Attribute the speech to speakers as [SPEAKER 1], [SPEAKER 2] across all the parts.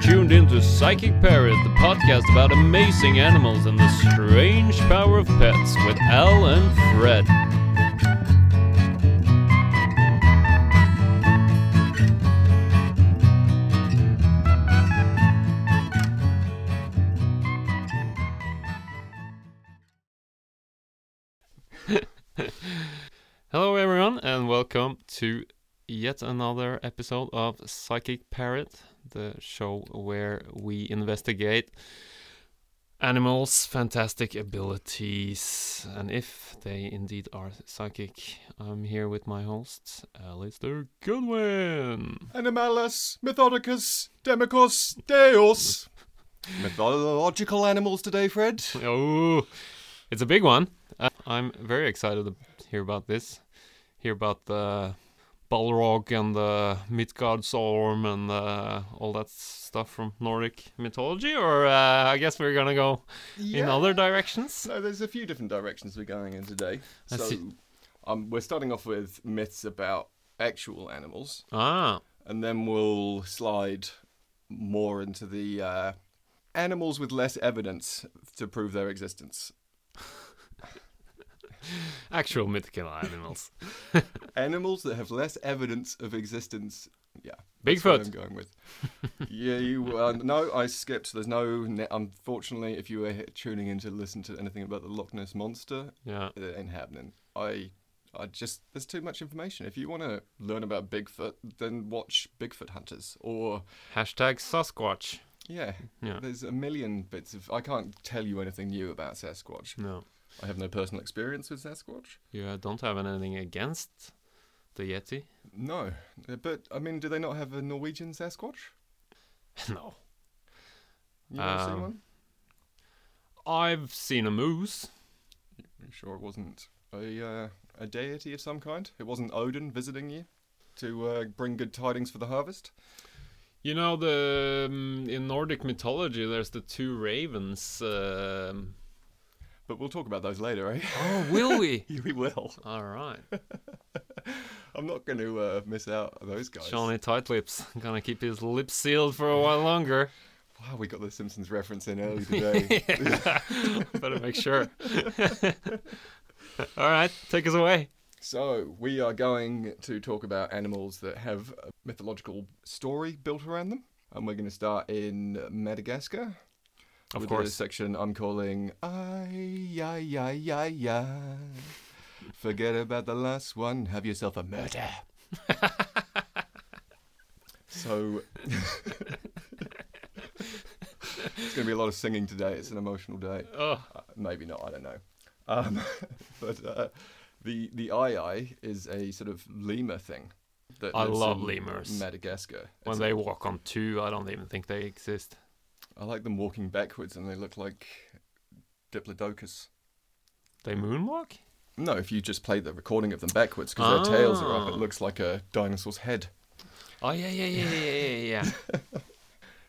[SPEAKER 1] tuned in to Psychic Parrot, the podcast about amazing animals and the strange power of pets with Al and Fred. Hello, everyone, and welcome to yet another episode of Psychic Parrot, the show where we investigate animals' fantastic abilities and if they indeed are psychic. I'm here with my host, Alistair Goodwin.
[SPEAKER 2] Animalis, Methodicus, Demicus, Deus. Mythological animals today, Fred.
[SPEAKER 1] Oh, it's a big one. Uh, I'm very excited to hear about this. Hear about the Balrog and the Midgard Storm and uh, all that stuff from Nordic mythology, or uh, I guess we're gonna go in other directions.
[SPEAKER 2] So there's a few different directions we're going in today.
[SPEAKER 1] I
[SPEAKER 2] so
[SPEAKER 1] see.
[SPEAKER 2] um, we're starting off with myths about actual animals,
[SPEAKER 1] Ah,
[SPEAKER 2] and then we'll slide more into the uh, animals with less evidence to prove their existence.
[SPEAKER 1] actual mythical animals.
[SPEAKER 2] Animals that have less evidence of existence. Yeah. That's what I'm
[SPEAKER 1] Bigfoot.
[SPEAKER 2] going with. yeah, you. Uh, no, I skipped. There's no. Ne- unfortunately, if you were h- tuning in to listen to anything about the Loch Ness monster,
[SPEAKER 1] Yeah.
[SPEAKER 2] it ain't happening. I, I just there's too much information. If you want to learn about Bigfoot, then watch Bigfoot Hunters. Or
[SPEAKER 1] Hashtag Sasquatch.
[SPEAKER 2] yeah,
[SPEAKER 1] Yeah.
[SPEAKER 2] there's a million bits of. I can't tell you anything new about Sasquatch.
[SPEAKER 1] No,
[SPEAKER 2] I have no personal experience with Sasquatch.
[SPEAKER 1] you uh, don't have anything against the Yeti.
[SPEAKER 2] No, Uh, but I mean, do they not have a Norwegian Sasquatch?
[SPEAKER 1] no.
[SPEAKER 2] You ever seen
[SPEAKER 1] Um,
[SPEAKER 2] one?
[SPEAKER 1] I've seen a moose.
[SPEAKER 2] Are you sure it wasn't a uh, a deity of some kind? It wasn't Odin visiting you to uh, bring good tidings for the harvest?
[SPEAKER 1] You know the um, in Nordic mythology, there's the two ravens. Um,
[SPEAKER 2] But we'll talk about those later, eh?
[SPEAKER 1] oh, will we?
[SPEAKER 2] we will.
[SPEAKER 1] All right,
[SPEAKER 2] I'm not going to uh, miss out on those guys.
[SPEAKER 1] Johnny Tightlips gonna keep his lips sealed for a while longer.
[SPEAKER 2] Wow, we got the Simpsons reference in early today.
[SPEAKER 1] Better make sure. All right, take us away.
[SPEAKER 2] so we are going to talk about animals that have a mythological story built around them, and we're going to start in Madagascar.
[SPEAKER 1] Of
[SPEAKER 2] with
[SPEAKER 1] course.
[SPEAKER 2] this section I'm calling Ay, ay, ay, ay, ay. Forget about the last one, have yourself a murder. so. it's going to be a lot of singing today. It's an emotional day.
[SPEAKER 1] Oh,
[SPEAKER 2] Uh, maybe not, I don't know. Um, but uh, the, the ai ai is a sort of lemur thing. That
[SPEAKER 1] I
[SPEAKER 2] lives
[SPEAKER 1] love
[SPEAKER 2] in
[SPEAKER 1] lemurs.
[SPEAKER 2] Madagascar.
[SPEAKER 1] when
[SPEAKER 2] It's
[SPEAKER 1] they walk on two, I don't even think they exist.
[SPEAKER 2] I like them walking backwards and they look like Diplodocus.
[SPEAKER 1] They moonwalk?
[SPEAKER 2] No, if you just play the recording of them backwards because their tails are up,
[SPEAKER 1] Ah.
[SPEAKER 2] it looks like a dinosaur's head.
[SPEAKER 1] Oh yeah, yeah, yeah, yeah, yeah, yeah, yeah.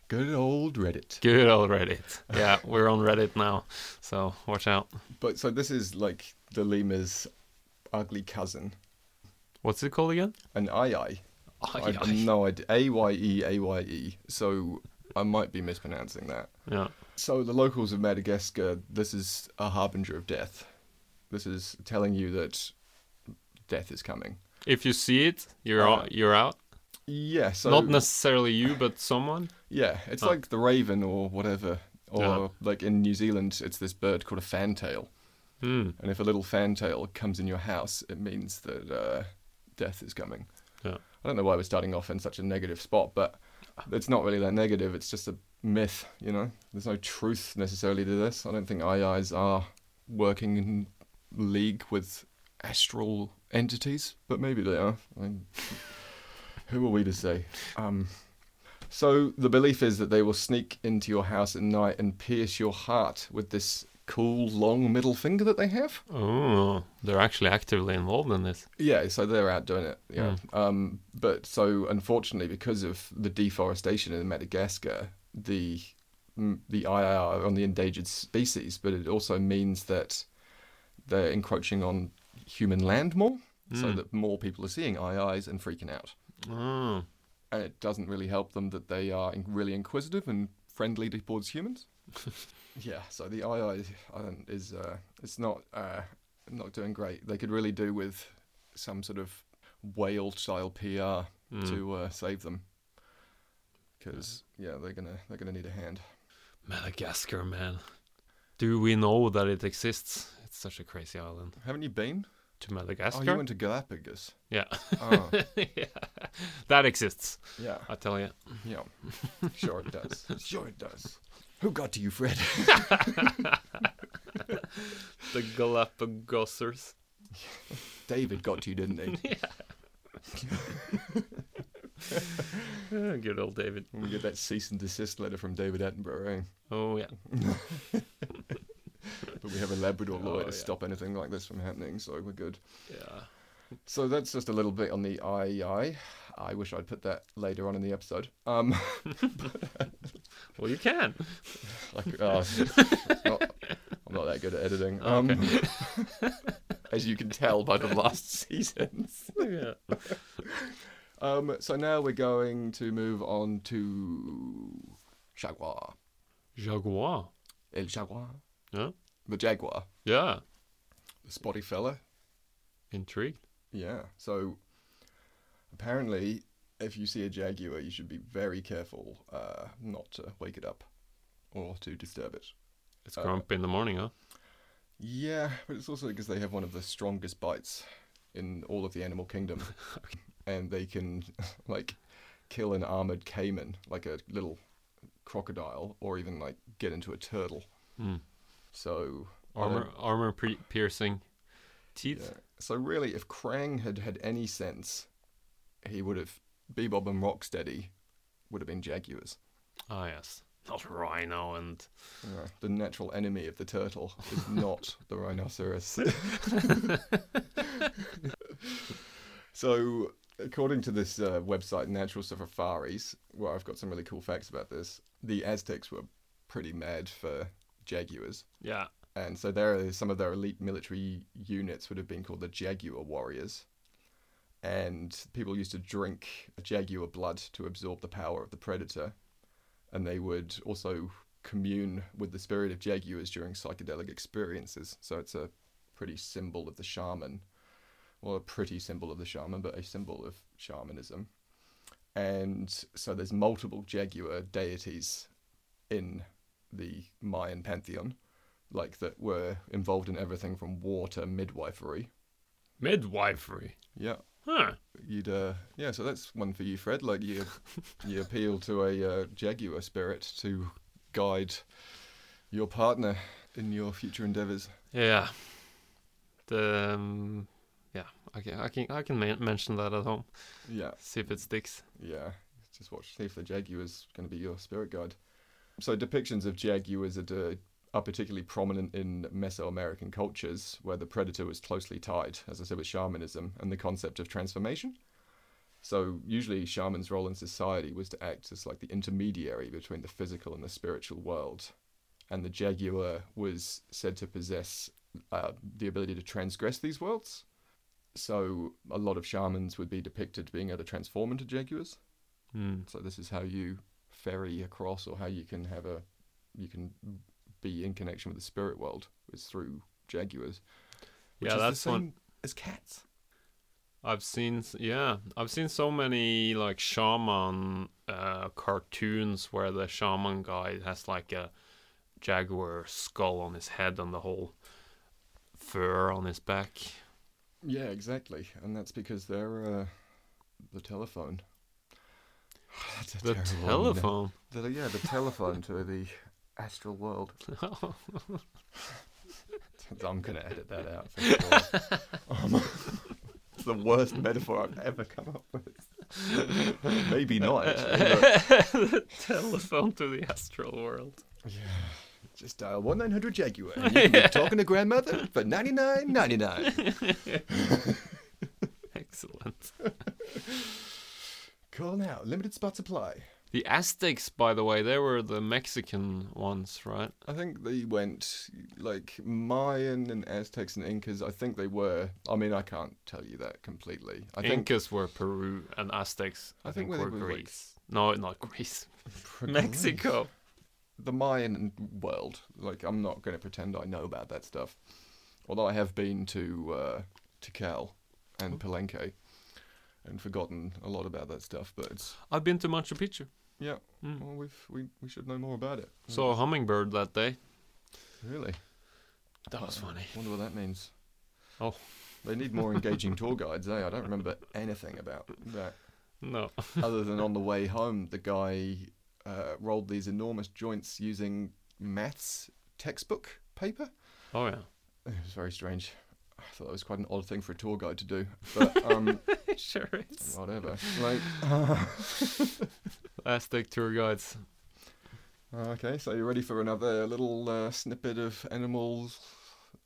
[SPEAKER 2] Good old Reddit.
[SPEAKER 1] Good old Reddit. Yeah, we're on Reddit now, so watch out.
[SPEAKER 2] But so this is like the lemur's ugly cousin,
[SPEAKER 1] What's it called again?
[SPEAKER 2] an ai ai.
[SPEAKER 1] Oh,
[SPEAKER 2] I have
[SPEAKER 1] Ay-ay.
[SPEAKER 2] no idea. A y e a y e. So I might be mispronouncing that.
[SPEAKER 1] Yeah.
[SPEAKER 2] So the locals of Madagascar, this is a harbinger of death. This is telling you that death is coming.
[SPEAKER 1] If you see it, you're
[SPEAKER 2] Uh,
[SPEAKER 1] out, you're out.
[SPEAKER 2] Yeah. So
[SPEAKER 1] Not necessarily you, but someone.
[SPEAKER 2] Yeah, it's
[SPEAKER 1] Huh.
[SPEAKER 2] like the raven or whatever. Or
[SPEAKER 1] Yeah.
[SPEAKER 2] like in New Zealand, it's this bird called a fantail.
[SPEAKER 1] Hmm.
[SPEAKER 2] And if a little fantail comes in your house, it means that uh, death is coming.
[SPEAKER 1] Yeah.
[SPEAKER 2] I don't know why we're starting off in such a negative spot, but it's not really that negative. It's just a myth, you know? There's no truth necessarily to this. I don't think eyes are working in league with astral entities, but maybe they are. I mean, who are we to say? Um, so the belief is that they will sneak into your house at night and pierce your heart with this cool long middle finger that they have.
[SPEAKER 1] Oh, they're actually actively involved in this.
[SPEAKER 2] Yeah, so they're out doing it. Yeah. Um, but so unfortunately, because of the deforestation in Madagascar, the mm, the IIR are on the endangered species, but it also means that they're encroaching on human land more, so
[SPEAKER 1] Mm.
[SPEAKER 2] that more people are seeing IIs and freaking out.
[SPEAKER 1] Oh.
[SPEAKER 2] and it doesn't really help them that they are in- really inquisitive and friendly towards humans. yeah, so the II I don't, is uh, it's not uh, not doing great. They could really do with some sort of whale style PR
[SPEAKER 1] Mm.
[SPEAKER 2] to uh, save them, because yeah, they're gonna they're gonna need a hand.
[SPEAKER 1] Madagascar, man. Do we know that it exists? It's such a crazy island.
[SPEAKER 2] Haven't you been?
[SPEAKER 1] To
[SPEAKER 2] Oh,
[SPEAKER 1] Madagascar?
[SPEAKER 2] you went to Galapagos.
[SPEAKER 1] Yeah.
[SPEAKER 2] Oh,
[SPEAKER 1] yeah. That exists,
[SPEAKER 2] yeah,
[SPEAKER 1] I tell you.
[SPEAKER 2] yeah. Sure it does. Sure it does. Who got to you, Fred?
[SPEAKER 1] The Galapagosers.
[SPEAKER 2] David got to you, didn't he?
[SPEAKER 1] Eh, Good old David.
[SPEAKER 2] We get that cease and desist letter from David Attenborough, eh?
[SPEAKER 1] Oh, yeah.
[SPEAKER 2] But we have a Labrador
[SPEAKER 1] Oh,
[SPEAKER 2] law to
[SPEAKER 1] yeah.
[SPEAKER 2] stop anything like this from happening, so we're good.
[SPEAKER 1] Yeah.
[SPEAKER 2] So that's just a little bit on the II. I wish I'd put that later on in the episode. Um,
[SPEAKER 1] Well, you can.
[SPEAKER 2] like, oh, not- I'm not that good at editing. Um, as you can tell by the last seasons.
[SPEAKER 1] yeah.
[SPEAKER 2] Um, so now we're going to move on to Jaguar.
[SPEAKER 1] Jaguar.
[SPEAKER 2] El Jaguar.
[SPEAKER 1] Yeah.
[SPEAKER 2] The Jaguar.
[SPEAKER 1] Yeah.
[SPEAKER 2] The spotty fella.
[SPEAKER 1] Intrigued.
[SPEAKER 2] Yeah. So apparently, if you see a jaguar, you should be very careful uh, not to wake it up or to disturb it.
[SPEAKER 1] It's
[SPEAKER 2] Uh,
[SPEAKER 1] grumpy in the morning, huh?
[SPEAKER 2] Yeah, but it's also because they have one of the strongest bites in all of the animal kingdom, and they can like kill an armored caiman, like a little crocodile, or even like get into a turtle.
[SPEAKER 1] Mm.
[SPEAKER 2] So I don't-
[SPEAKER 1] Armor, armor pre- piercing teeth.
[SPEAKER 2] Yeah. So really, if Krang had had any sense, he would have Bebop and Rocksteady would have been jaguars.
[SPEAKER 1] Ah, yes. Not rhino and
[SPEAKER 2] The natural enemy of the turtle is not the rhinoceros. so, according to this uh, website, Natural Safaris, where I've got some really cool facts about this, the Aztecs were pretty mad for jaguars.
[SPEAKER 1] yeah.
[SPEAKER 2] And so there are some of their elite military units would have been called the Jaguar Warriors. And people used to drink jaguar blood to absorb the power of the predator. And they would also commune with the spirit of jaguars during psychedelic experiences. So it's a pretty symbol of the shaman. Well, a pretty symbol of the shaman, but a symbol of shamanism. And so there's multiple jaguar deities in the Mayan pantheon like that were involved in everything from war to midwifery.
[SPEAKER 1] Midwifery.
[SPEAKER 2] Yeah,
[SPEAKER 1] Huh.
[SPEAKER 2] you'd uh, yeah. So that's one for you, Fred. Like you, you appeal to a uh, jaguar spirit to guide your partner in your future endeavors.
[SPEAKER 1] Yeah. The um, yeah, I can I can I can ma- mention that at home.
[SPEAKER 2] Yeah,
[SPEAKER 1] See if it sticks.
[SPEAKER 2] yeah. Just watch, see if the jaguar's going to be your spirit guide. So depictions of jaguars are, uh, are particularly prominent in Mesoamerican cultures, where the predator was closely tied, as I said, with shamanism and the concept of transformation. So usually, shaman's role in society was to act as like the intermediary between the physical and the spiritual world, and the jaguar was said to possess uh, the ability to transgress these worlds. So a lot of shamans would be depicted being able to transform into jaguars.
[SPEAKER 1] Mm.
[SPEAKER 2] So this is how you ferry across, or how you can have a, you can be in connection with the spirit world is through jaguars. Which
[SPEAKER 1] Yeah,
[SPEAKER 2] is
[SPEAKER 1] that's
[SPEAKER 2] the same
[SPEAKER 1] one-
[SPEAKER 2] as cats.
[SPEAKER 1] I've seen s- yeah, I've seen so many like shaman uh, cartoons where the shaman guy has like a jaguar skull on his head and the whole fur on his back.
[SPEAKER 2] Yeah, exactly, and that's because they're uh, the telephone. That's a
[SPEAKER 1] The
[SPEAKER 2] terrible name.
[SPEAKER 1] telephone.
[SPEAKER 2] The, yeah, the telephone to the astral world. I'm gonna edit that out. For sure. Um, it's the worst metaphor I've ever come up with. Maybe not. Actually, but-
[SPEAKER 1] the telephone to the astral world.
[SPEAKER 2] Just dial one nine hundred Jaguar. And you can be talking to grandmother for ninety nine ninety nine.
[SPEAKER 1] Excellent.
[SPEAKER 2] Call now. Limited spot supply.
[SPEAKER 1] The Aztecs, by the way, they were the Mexican ones, right?
[SPEAKER 2] I think they went like Mayan and Aztecs and Incas. I think they were. I mean, I can't tell you that completely. I think
[SPEAKER 1] Incas were Peru and Aztecs. I,
[SPEAKER 2] I
[SPEAKER 1] think,
[SPEAKER 2] think they
[SPEAKER 1] were
[SPEAKER 2] were, like,
[SPEAKER 1] Greece. No, not Greece.
[SPEAKER 2] Progress.
[SPEAKER 1] Mexico.
[SPEAKER 2] the Mayan world. Like, I'm not going to pretend I know about that stuff. Although I have been to uh, Tikal
[SPEAKER 1] Oh.
[SPEAKER 2] and Palenque and forgotten a lot about that stuff. But it's
[SPEAKER 1] I've been to Machu Picchu.
[SPEAKER 2] yeah.
[SPEAKER 1] Mm.
[SPEAKER 2] Well, we've we we should know more about it.
[SPEAKER 1] Saw a hummingbird that day.
[SPEAKER 2] really,
[SPEAKER 1] That was funny.
[SPEAKER 2] Uh, Wonder what that means.
[SPEAKER 1] Oh.
[SPEAKER 2] They need more engaging tour guides, eh? I don't remember anything about that.
[SPEAKER 1] No.
[SPEAKER 2] other than on the way home, the guy uh, rolled these enormous joints using maths textbook paper.
[SPEAKER 1] Oh yeah.
[SPEAKER 2] It was very strange. I thought that was quite an odd thing for a tour guide to do, but um,
[SPEAKER 1] sure is.
[SPEAKER 2] whatever. Like,
[SPEAKER 1] Aztec tour guides.
[SPEAKER 2] okay, so you ready for another little uh, snippet of animal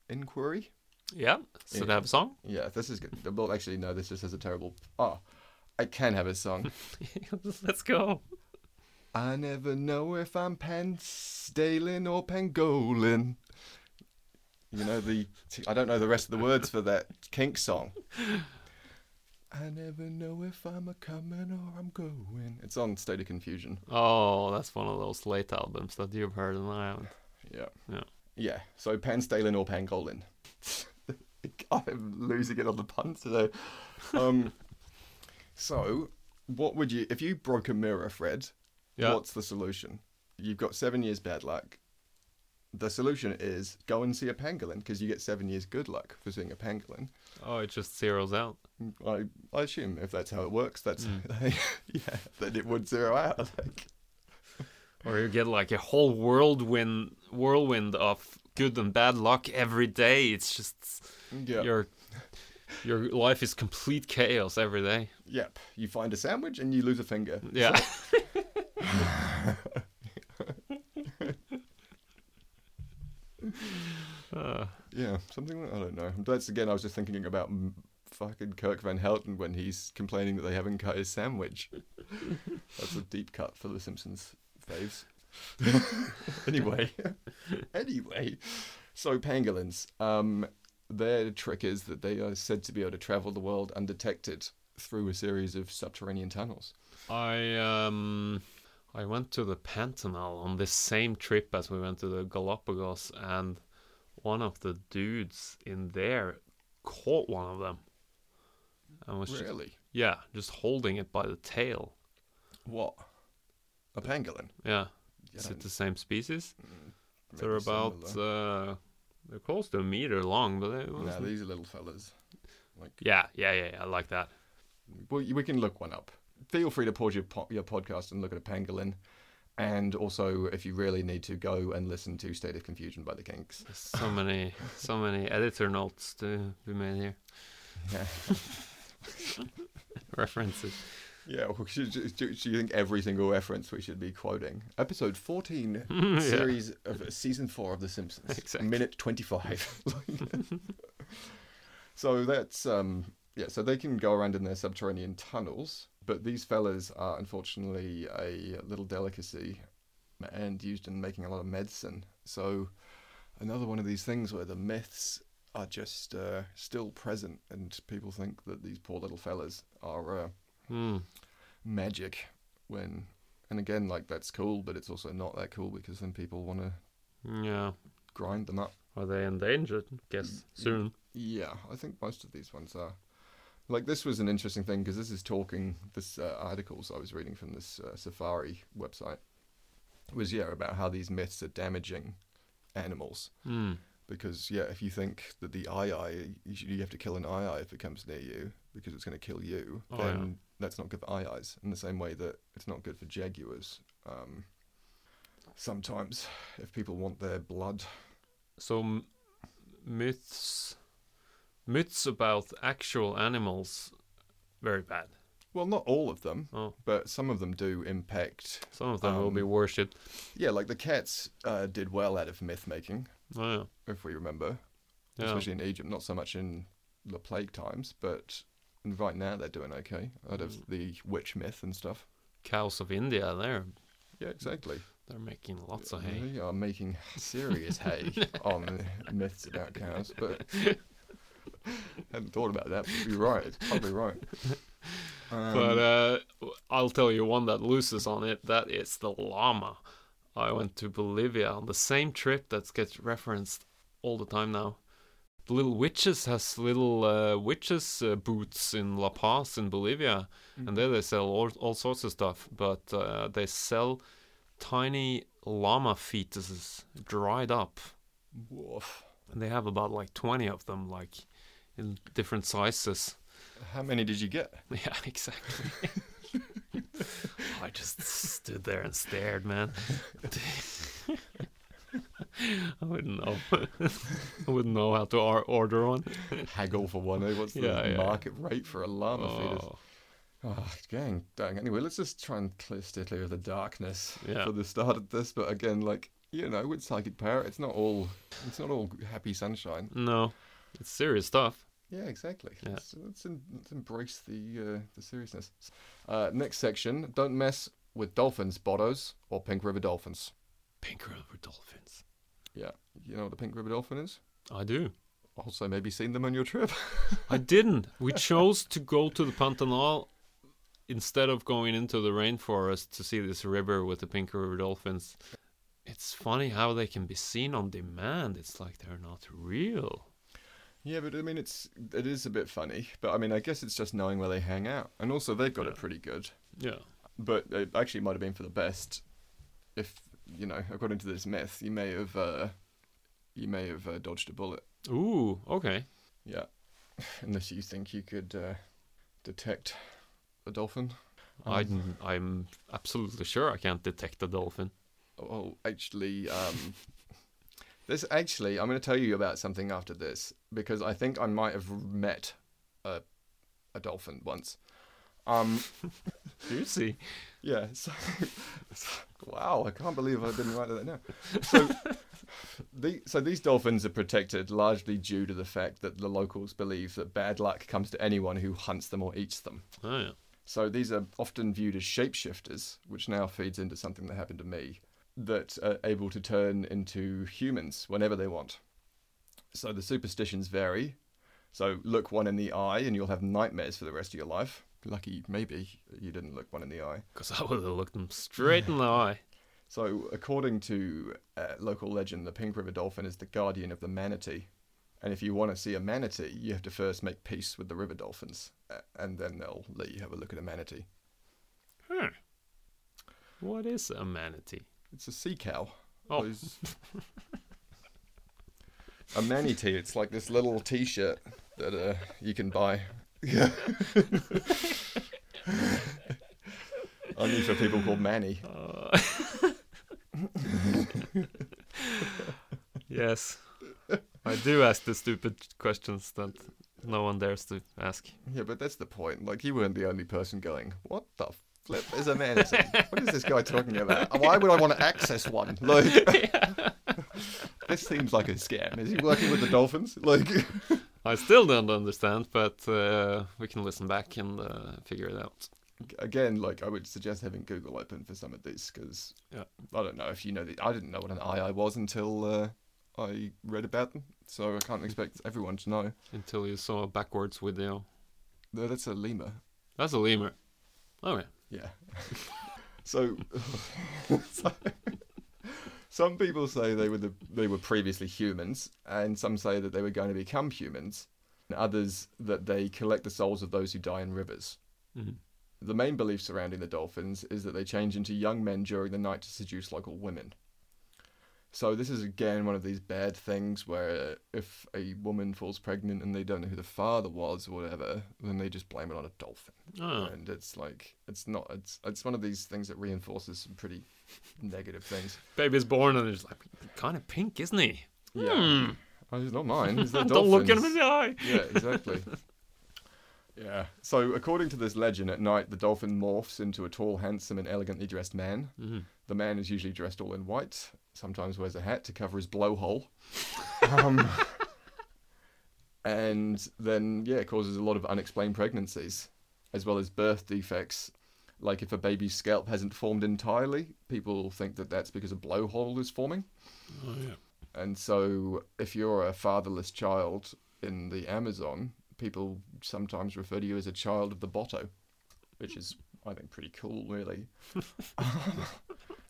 [SPEAKER 2] inquiry?
[SPEAKER 1] Yeah. So they
[SPEAKER 2] Yeah.
[SPEAKER 1] have a song.
[SPEAKER 2] Yeah, this is good. Well, actually, no, this just has a terrible. Oh, I can have a song.
[SPEAKER 1] Let's go.
[SPEAKER 2] I never know if I'm Pansdalin or Pangolin. You know the. I don't know the rest of the words for that kink song. I never know if I'm a coming or I'm going. It's on State of Confusion.
[SPEAKER 1] Oh, that's one of those late albums that you've heard and I haven't.
[SPEAKER 2] Yeah.
[SPEAKER 1] Yeah.
[SPEAKER 2] Yeah. So Pansdalin or Pangolin. I'm losing it on the puns today. Um. so, what would you if you broke a mirror, Fred?
[SPEAKER 1] Yeah.
[SPEAKER 2] What's the solution? You've got seven years bad luck. The solution is go and see a pangolin because you get seven years good luck for seeing a pangolin.
[SPEAKER 1] Oh, it just zeroes out.
[SPEAKER 2] I, I assume if that's how it works, that's yeah, then it would zero out. I think.
[SPEAKER 1] Or you get like a whole whirlwind whirlwind of good and bad luck every day. It's just
[SPEAKER 2] Yeah.
[SPEAKER 1] your your life is complete chaos every day.
[SPEAKER 2] Yep. You find a sandwich and you lose a finger.
[SPEAKER 1] Yeah. Uh,
[SPEAKER 2] Yeah, something like, I don't know. That's again. I was just thinking about mm, fucking Kirk Van Houten when he's complaining that they haven't cut his sandwich. That's a deep cut for the Simpsons faves. anyway, anyway, so pangolins. Um, their trick is that they are said to be able to travel the world undetected through a series of subterranean tunnels.
[SPEAKER 1] I um I went to the Pantanal on this same trip as we went to the Galapagos and one of the dudes in there caught one of them. And was just,
[SPEAKER 2] Really?
[SPEAKER 1] yeah, just holding it by the tail.
[SPEAKER 2] What? A pangolin?
[SPEAKER 1] Yeah.
[SPEAKER 2] You
[SPEAKER 1] Is
[SPEAKER 2] don't-
[SPEAKER 1] it the same species? They're
[SPEAKER 2] maybe
[SPEAKER 1] about
[SPEAKER 2] similar.
[SPEAKER 1] uh they're close to a meter long, but they
[SPEAKER 2] No,
[SPEAKER 1] wasn't-
[SPEAKER 2] these are little fellas. Like
[SPEAKER 1] Yeah, yeah, yeah, yeah, I like that.
[SPEAKER 2] Well, you- we can look one up. Feel free to pause your po- your podcast and look at a pangolin. And also, if you really need to, go and listen to State of Confusion by the Kinks.
[SPEAKER 1] There's so many so many editor notes to be made here.
[SPEAKER 2] Yeah.
[SPEAKER 1] References.
[SPEAKER 2] yeah. Well, should, do, do you think every single reference we should be quoting? Episode 14,
[SPEAKER 1] Yeah.
[SPEAKER 2] series of season four of The Simpsons,
[SPEAKER 1] Exactly.
[SPEAKER 2] minute 25. so that's, um, yeah, so they can go around in their subterranean tunnels, but these fellas are unfortunately a little delicacy and used in making a lot of medicine. So another one of these things where the myths are just uh, still present and people think that these poor little fellas are. Uh,
[SPEAKER 1] Hmm.
[SPEAKER 2] magic when and again like that's cool but it's also not that cool because then people want to
[SPEAKER 1] Yeah.
[SPEAKER 2] grind them up
[SPEAKER 1] Are they endangered? Guess soon.
[SPEAKER 2] yeah i think most of these ones are like this was an interesting thing because this is talking this uh, articles i was reading from this uh, safari website was yeah about how these myths are damaging animals
[SPEAKER 1] Mm.
[SPEAKER 2] because yeah if you think that the eye eye you, should, you have to kill an eye eye if it comes near you because it's going to kill you
[SPEAKER 1] Oh, yeah.
[SPEAKER 2] then that's not good for eye eyes in the same way that it's not good for jaguars um, sometimes if people want their blood
[SPEAKER 1] So m- myths, myths about actual animals, very bad.
[SPEAKER 2] well not all of them
[SPEAKER 1] Oh,
[SPEAKER 2] but some of them do impact
[SPEAKER 1] some of them will be worshipped.
[SPEAKER 2] yeah like the cats uh, did well out of myth making
[SPEAKER 1] Oh,
[SPEAKER 2] if we remember
[SPEAKER 1] yeah. Yeah.
[SPEAKER 2] especially in egypt not so much in the
[SPEAKER 1] Mm.
[SPEAKER 2] plague times but right now they're doing okay out of the witch myth and stuff
[SPEAKER 1] cows of India. They're
[SPEAKER 2] Yeah, exactly.
[SPEAKER 1] they're making lots of hay.
[SPEAKER 2] They are making serious hay on myths about cows, but hadn't thought about that. But you're right. It's probably right. Um,
[SPEAKER 1] but uh, I'll tell you one that loses on it. That is the llama. I went to Bolivia on the same trip that gets referenced all the time now. The Little Witches has little uh, witches uh, boots in La Paz in Bolivia, and there they sell all, all sorts of stuff. But uh, they sell tiny llama fetuses dried up,
[SPEAKER 2] woof.
[SPEAKER 1] and they have about like twenty of them, like in different sizes.
[SPEAKER 2] how many did you get?
[SPEAKER 1] Yeah, exactly. I just stood there and stared, man. I wouldn't know. I wouldn't know how to or- order one.
[SPEAKER 2] Haggle for one. eh? What's the
[SPEAKER 1] Yeah, yeah.
[SPEAKER 2] market rate for a llama fetus?
[SPEAKER 1] Oh,
[SPEAKER 2] Oh, gang, dang. Anyway, let's just try and clear, steer clear of the darkness
[SPEAKER 1] Yeah.
[SPEAKER 2] for the start of this. But again, like you know, with psychic power, it's not all it's not all happy sunshine.
[SPEAKER 1] no, it's serious stuff.
[SPEAKER 2] Yeah, exactly.
[SPEAKER 1] Yeah.
[SPEAKER 2] Let's, let's, em let's embrace the uh, the seriousness. Uh, next section: Don't mess with dolphins, bottos, or pink river dolphins.
[SPEAKER 1] Pink river dolphins.
[SPEAKER 2] Yeah, you know what a pink river dolphin is.
[SPEAKER 1] I do.
[SPEAKER 2] Also, maybe seen them on your trip.
[SPEAKER 1] I didn't. We chose to go to the Pantanal instead of going into the rainforest to see this river with the pink river dolphins. It's funny how they can be seen on demand. It's like they're not real.
[SPEAKER 2] yeah, but I mean, it's it is a bit funny. But I mean, I guess it's just knowing where they hang out, and also they've got it
[SPEAKER 1] Yeah.
[SPEAKER 2] pretty good.
[SPEAKER 1] Yeah.
[SPEAKER 2] but it actually might have been for the best. If you know, according to this myth, you may have uh, you may have uh, dodged a bullet.
[SPEAKER 1] Ooh, okay.
[SPEAKER 2] Yeah, unless you think you could uh, detect a dolphin.
[SPEAKER 1] I,
[SPEAKER 2] Um,
[SPEAKER 1] I'm absolutely sure I can't detect a dolphin.
[SPEAKER 2] Oh, actually, um, this actually, I'm going to tell you about something after this because I think I might have met a a dolphin once. Um,
[SPEAKER 1] Juicy.
[SPEAKER 2] Yeah. So, wow, I can't believe I didn't write that down. So, the, so these dolphins are protected largely due to the fact that the locals believe that bad luck comes to anyone who hunts them or eats them.
[SPEAKER 1] Oh, yeah.
[SPEAKER 2] So these are often viewed as shapeshifters, which now feeds into something that happened to me, that are able to turn into humans whenever they want. So the superstitions vary. So look one in the eye and you'll have nightmares for the rest of your life. Lucky maybe you didn't look one in the eye.
[SPEAKER 1] Because I would have looked them straight in the eye.
[SPEAKER 2] So, according to uh, local legend, the Pink River Dolphin is the guardian of the manatee. And if you want to see a manatee, you have to first make peace with the river dolphins, uh, and then they'll let you have a look at a manatee.
[SPEAKER 1] Huh. What is a manatee?
[SPEAKER 2] It's a sea cow.
[SPEAKER 1] Oh.
[SPEAKER 2] Those- a manatee, it's like this little t shirt that uh, you can buy. Yeah. Only for people called Manny.
[SPEAKER 1] Uh, yes. I do ask the stupid questions that no one dares to ask.
[SPEAKER 2] Yeah, but that's the point. Like, you weren't the only person going, what the flip is a manatee? what is this guy talking about? Why would I want to access one? Like, this seems like a scam. Is he working with the dolphins? Like,
[SPEAKER 1] I still don't understand, but uh, we can listen back and uh, figure it out.
[SPEAKER 2] again, like, I would suggest having Google open for some of these because
[SPEAKER 1] Yeah.
[SPEAKER 2] I don't know if you know the I didn't know what an eye was until uh, I read about them. So I can't expect everyone to know.
[SPEAKER 1] Until you saw a backwards video.
[SPEAKER 2] No, that's a lemur.
[SPEAKER 1] That's a lemur. Oh, Okay.
[SPEAKER 2] Yeah. so, so- some people say they were the, they were previously humans, and some say that they were going to become humans, and others that they collect the souls of those who die in rivers.
[SPEAKER 1] Mhm.
[SPEAKER 2] The main belief surrounding the dolphins is that they change into young men during the night to seduce local women. So this is again one of these bad things where if a woman falls pregnant and they don't know who the father was or whatever, then they just blame it on a dolphin
[SPEAKER 1] Oh.
[SPEAKER 2] and it's like it's not it's it's one of these things that reinforces some pretty negative things.
[SPEAKER 1] Baby's born and it's like kind of pink, isn't he?
[SPEAKER 2] Yeah, oh, it's not mine. It's the
[SPEAKER 1] Hmm. Don't look at him
[SPEAKER 2] dolphins.
[SPEAKER 1] in the eye.
[SPEAKER 2] Yeah, exactly. yeah. So according to this legend, at night the dolphin morphs into a tall, handsome, and elegantly dressed man.
[SPEAKER 1] Mhm.
[SPEAKER 2] The man is usually dressed all in white. Sometimes wears a hat to cover his blowhole. um, and then yeah, causes a lot of unexplained pregnancies, as well as birth defects. Like if a baby's scalp hasn't formed entirely, people think that that's because a blowhole is forming.
[SPEAKER 3] Oh, yeah.
[SPEAKER 2] And so, if you're a fatherless child in the Amazon, people sometimes refer to you as a child of the Botto, which is, I think, pretty cool, really.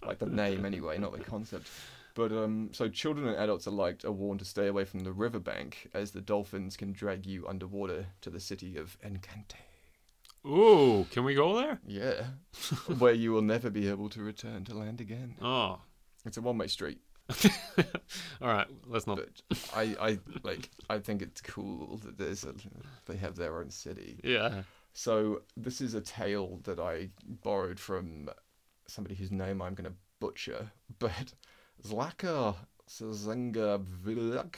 [SPEAKER 2] like the name, anyway, not the concept. But um, so, children and adults alike are warned to stay away from the riverbank, as the dolphins can drag you underwater to the city of Encante.
[SPEAKER 1] Ooh, can we go there?
[SPEAKER 2] Yeah, where you will never be able to return to land again.
[SPEAKER 1] Oh,
[SPEAKER 2] It's a one-way street.
[SPEAKER 1] all right. Let's not.
[SPEAKER 2] but I, I like I think it's cool that there's a, they have their own city.
[SPEAKER 1] Yeah.
[SPEAKER 2] So this is a tale that I borrowed from somebody whose name I'm going to butcher, but Zlaka Sazenga Vilak.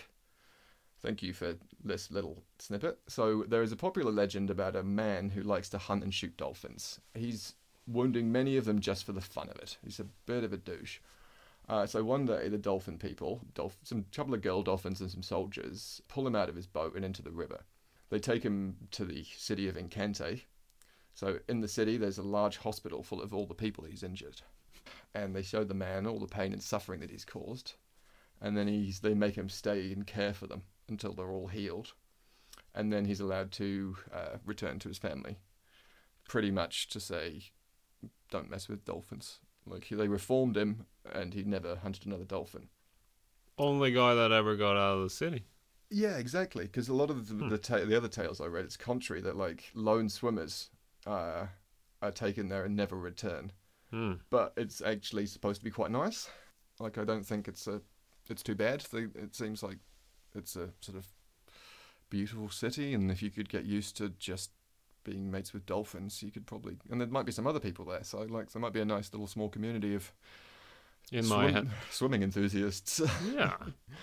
[SPEAKER 2] Thank you for this little snippet. So there is a popular legend about a man who likes to hunt and shoot dolphins. He's wounding many of them just for the fun of it. He's a bit of a douche. Uh, so one day, the dolphin people, dolph- some couple of girl dolphins and some soldiers, pull him out of his boat and into the river. They take him to the city of Encante. So in the city, there's a large hospital full of all the people he's injured, and they show the man all the pain and suffering that he's caused, and then he's they make him stay and care for them until they're all healed, and then he's allowed to uh, return to his family. Pretty much to say, don't mess with dolphins. Like he, they reformed him, and he never hunted another dolphin.
[SPEAKER 1] Only guy that ever got out of the city.
[SPEAKER 2] Yeah, exactly. Because a lot of the
[SPEAKER 1] Hmm.
[SPEAKER 2] the, ta- the other tales I read, it's contrary that like lone swimmers uh, are taken there and never return.
[SPEAKER 1] Hmm.
[SPEAKER 2] But it's actually supposed to be quite nice. Like I don't think it's a it's too bad. They, it seems like it's a sort of beautiful city, and if you could get used to just being mates with dolphins, you could probably. And there might be some other people there, so like there might be a nice little small community of
[SPEAKER 1] In my
[SPEAKER 2] swim-
[SPEAKER 1] head.
[SPEAKER 2] swimming enthusiasts.
[SPEAKER 1] yeah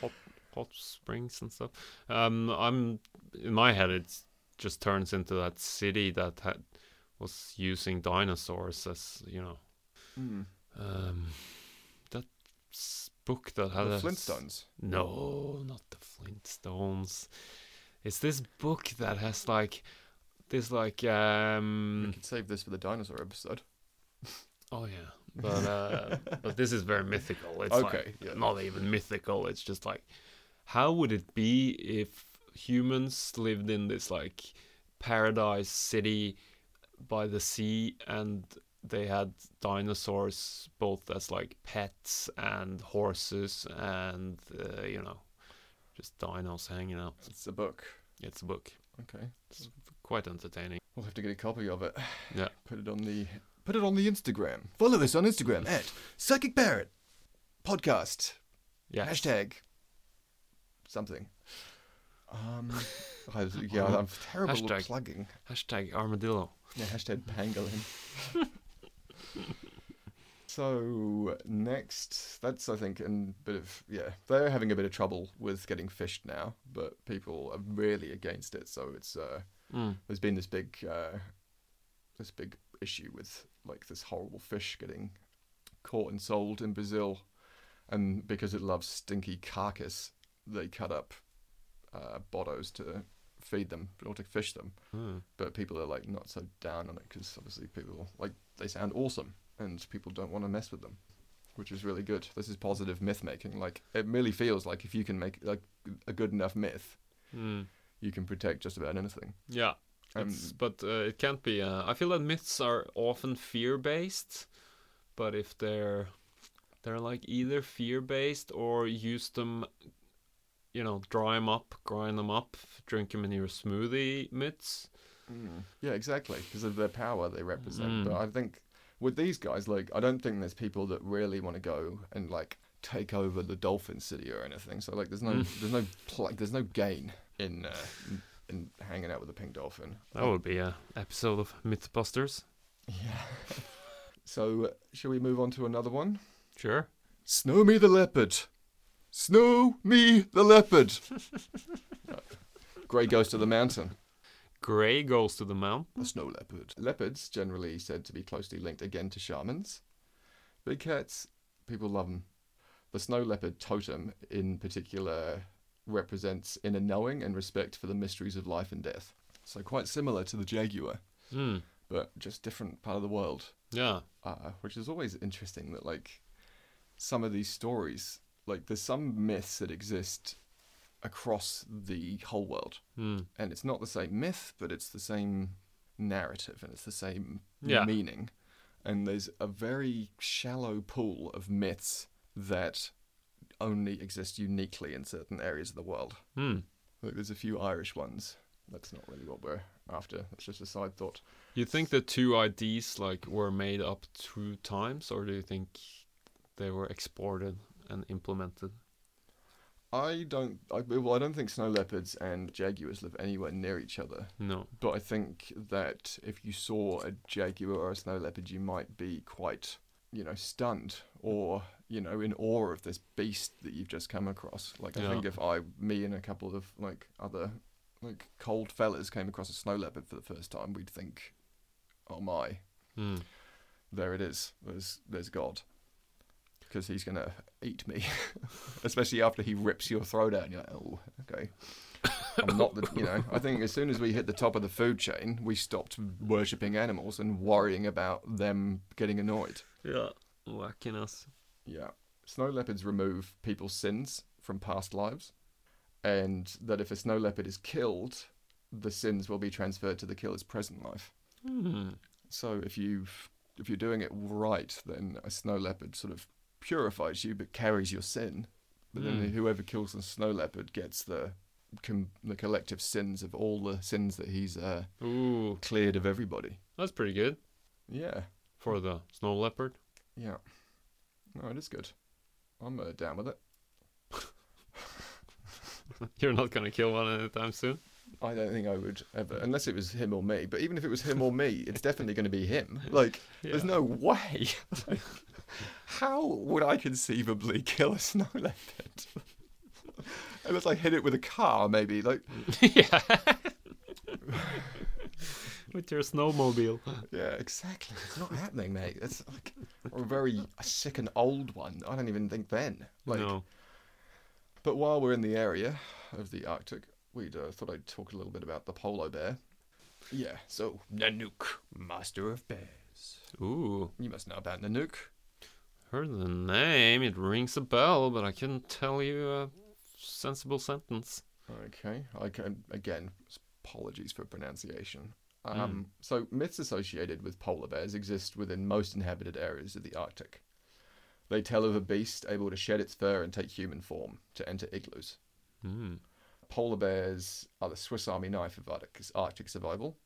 [SPEAKER 1] hot hot springs and stuff um i'm in my head it just turns into that city that had was using dinosaurs as you know
[SPEAKER 2] Hmm.
[SPEAKER 1] um that s- book that had a
[SPEAKER 2] The
[SPEAKER 1] s-
[SPEAKER 2] Flintstones.
[SPEAKER 1] no not the flintstones it's this book that has like this like
[SPEAKER 2] We
[SPEAKER 1] um
[SPEAKER 2] could save this for the dinosaur episode.
[SPEAKER 1] oh yeah but uh but this is very mythical it's like
[SPEAKER 2] okay. yeah.
[SPEAKER 1] not even mythical. It's just like, how would it be if humans lived in this like paradise city by the sea and they had dinosaurs both as like pets and horses and uh, you know just dinos hanging out
[SPEAKER 2] It's a book.
[SPEAKER 1] it's a book
[SPEAKER 2] Okay.
[SPEAKER 1] it's quite entertaining
[SPEAKER 2] We'll have to get a copy of it.
[SPEAKER 1] Yeah.
[SPEAKER 2] Put it on the put it on the Instagram. Follow this on Instagram at Psychic Parrot Podcast.
[SPEAKER 1] yeah
[SPEAKER 2] Hashtag something. Um I was- yeah, I'm terrible at
[SPEAKER 1] Hashtag.
[SPEAKER 2] plugging.
[SPEAKER 1] hashtag armadillo
[SPEAKER 2] Yeah, hashtag pangolin. so next, that's I think a bit of yeah, they're having a bit of trouble with getting fished now, but people are really against it. So it's uh,
[SPEAKER 1] Mm.
[SPEAKER 2] there's been this big uh, this big issue with like this horrible fish getting caught and sold in Brazil, and because it loves stinky carcass, they cut up uh, bottos to feed them or to fish them
[SPEAKER 1] Mm.
[SPEAKER 2] but people are like not so down on it because obviously people like they sound awesome and people don't want to mess with them which is really good this is positive myth making like it really feels like if you can make like a good enough myth
[SPEAKER 1] Mm.
[SPEAKER 2] you can protect just about anything
[SPEAKER 1] yeah
[SPEAKER 2] um,
[SPEAKER 1] It's- but uh, it can't be. Uh, I feel that myths are often fear-based, but if they're they're like either fear-based or use them, you know, dry them up, grind them up, drink them in your smoothie. Myths.
[SPEAKER 2] yeah exactly because of their power they represent
[SPEAKER 1] Mm.
[SPEAKER 2] but i think with these guys like i don't think there's people that really want to go and like take over the dolphin city or anything so like there's no there's no pl- there's no gain in uh, in- in hanging out with a pink dolphin
[SPEAKER 1] That would be a episode of MythBusters.
[SPEAKER 2] Yeah. so, uh, shall we move on to another one?
[SPEAKER 1] Sure.
[SPEAKER 2] Snow me the leopard. Snow me the leopard. Grey goes to the mountain.
[SPEAKER 1] Gray goes to the mountain.
[SPEAKER 2] The snow leopard. Leopards generally said to be closely linked again to shamans. Big cats, people love them. The snow leopard totem, in particular, represents inner knowing and respect for the mysteries of life and death. So quite similar to the jaguar.
[SPEAKER 1] Mm.
[SPEAKER 2] but just different part of the world.
[SPEAKER 1] Yeah.
[SPEAKER 2] uh, which is always interesting that like some of these stories like there's some myths that exist across the whole world
[SPEAKER 1] Mm.
[SPEAKER 2] and it's not the same myth but it's the same narrative and it's the same
[SPEAKER 1] Yeah.
[SPEAKER 2] meaning and there's a very shallow pool of myths that only exist uniquely in certain areas of the world
[SPEAKER 1] Mm.
[SPEAKER 2] like there's a few irish ones that's not really what we're after that's just a side thought
[SPEAKER 1] You think the two IDs like were made up two times, or do you think they were exported and implemented?
[SPEAKER 2] I don't. I, well, I don't think snow leopards and jaguars live anywhere near each other.
[SPEAKER 1] No.
[SPEAKER 2] But I think that if you saw a jaguar or a snow leopard, you might be quite, you know, stunned or you know in awe of this beast that you've just come across. Like I
[SPEAKER 1] Yeah.
[SPEAKER 2] think if I, me and a couple of like other, like cold fellas came across a snow leopard for the first time, we'd think, oh my,
[SPEAKER 1] Mm.
[SPEAKER 2] there it is. There's there's God. Because he's gonna eat me, especially after he rips your throat out. And you're like, oh, okay. I'm not the, you know. I think as soon as we hit the top of the food chain, we stopped worshipping animals and worrying about them getting annoyed.
[SPEAKER 1] Yeah. Whacking us.
[SPEAKER 2] Yeah, snow leopards remove people's sins from past lives, and that if a snow leopard is killed, the sins will be transferred to the killer's present life.
[SPEAKER 1] Mm.
[SPEAKER 2] So if you if you're doing it right, then a snow leopard sort of purifies you but carries your sin. But
[SPEAKER 1] Mm.
[SPEAKER 2] then whoever kills the snow leopard gets the com- the collective sins of all the sins that he's uh,
[SPEAKER 1] Ooh,
[SPEAKER 2] cleared of everybody.
[SPEAKER 1] that's pretty good
[SPEAKER 2] Yeah,
[SPEAKER 1] for the snow leopard.
[SPEAKER 2] yeah. No, it is good. I'm uh, down with it.
[SPEAKER 1] You're not gonna kill one anytime soon.
[SPEAKER 2] I don't think I would ever, unless it was him or me. But even if it was him or me, it's definitely going to be him. Like, there's
[SPEAKER 1] Yeah.
[SPEAKER 2] no way. Like, how would I conceivably kill a snow leopard? Unless I hit it with a car, maybe. Like,
[SPEAKER 1] Mm. yeah. With your snowmobile.
[SPEAKER 2] yeah, exactly. It's not happening, mate. That's like or a very sick and old one. I don't even think then. Like,
[SPEAKER 1] no.
[SPEAKER 2] But while we're in the area of the Arctic, we'd uh, thought I'd talk a little bit about the polar bear. Yeah. So Nanook, master of bears.
[SPEAKER 1] Ooh,
[SPEAKER 2] You must know about Nanook.
[SPEAKER 1] heard the name. It rings a bell, but I couldn't tell you a sensible sentence.
[SPEAKER 2] Okay. I can again. Apologies for pronunciation. Um, So myths associated with polar bears exist within most inhabited areas of the Arctic. They tell of a beast able to shed its fur and take human form to enter igloos.
[SPEAKER 1] Mm.
[SPEAKER 2] Polar bears are the Swiss Army knife of Arctic, Arctic survival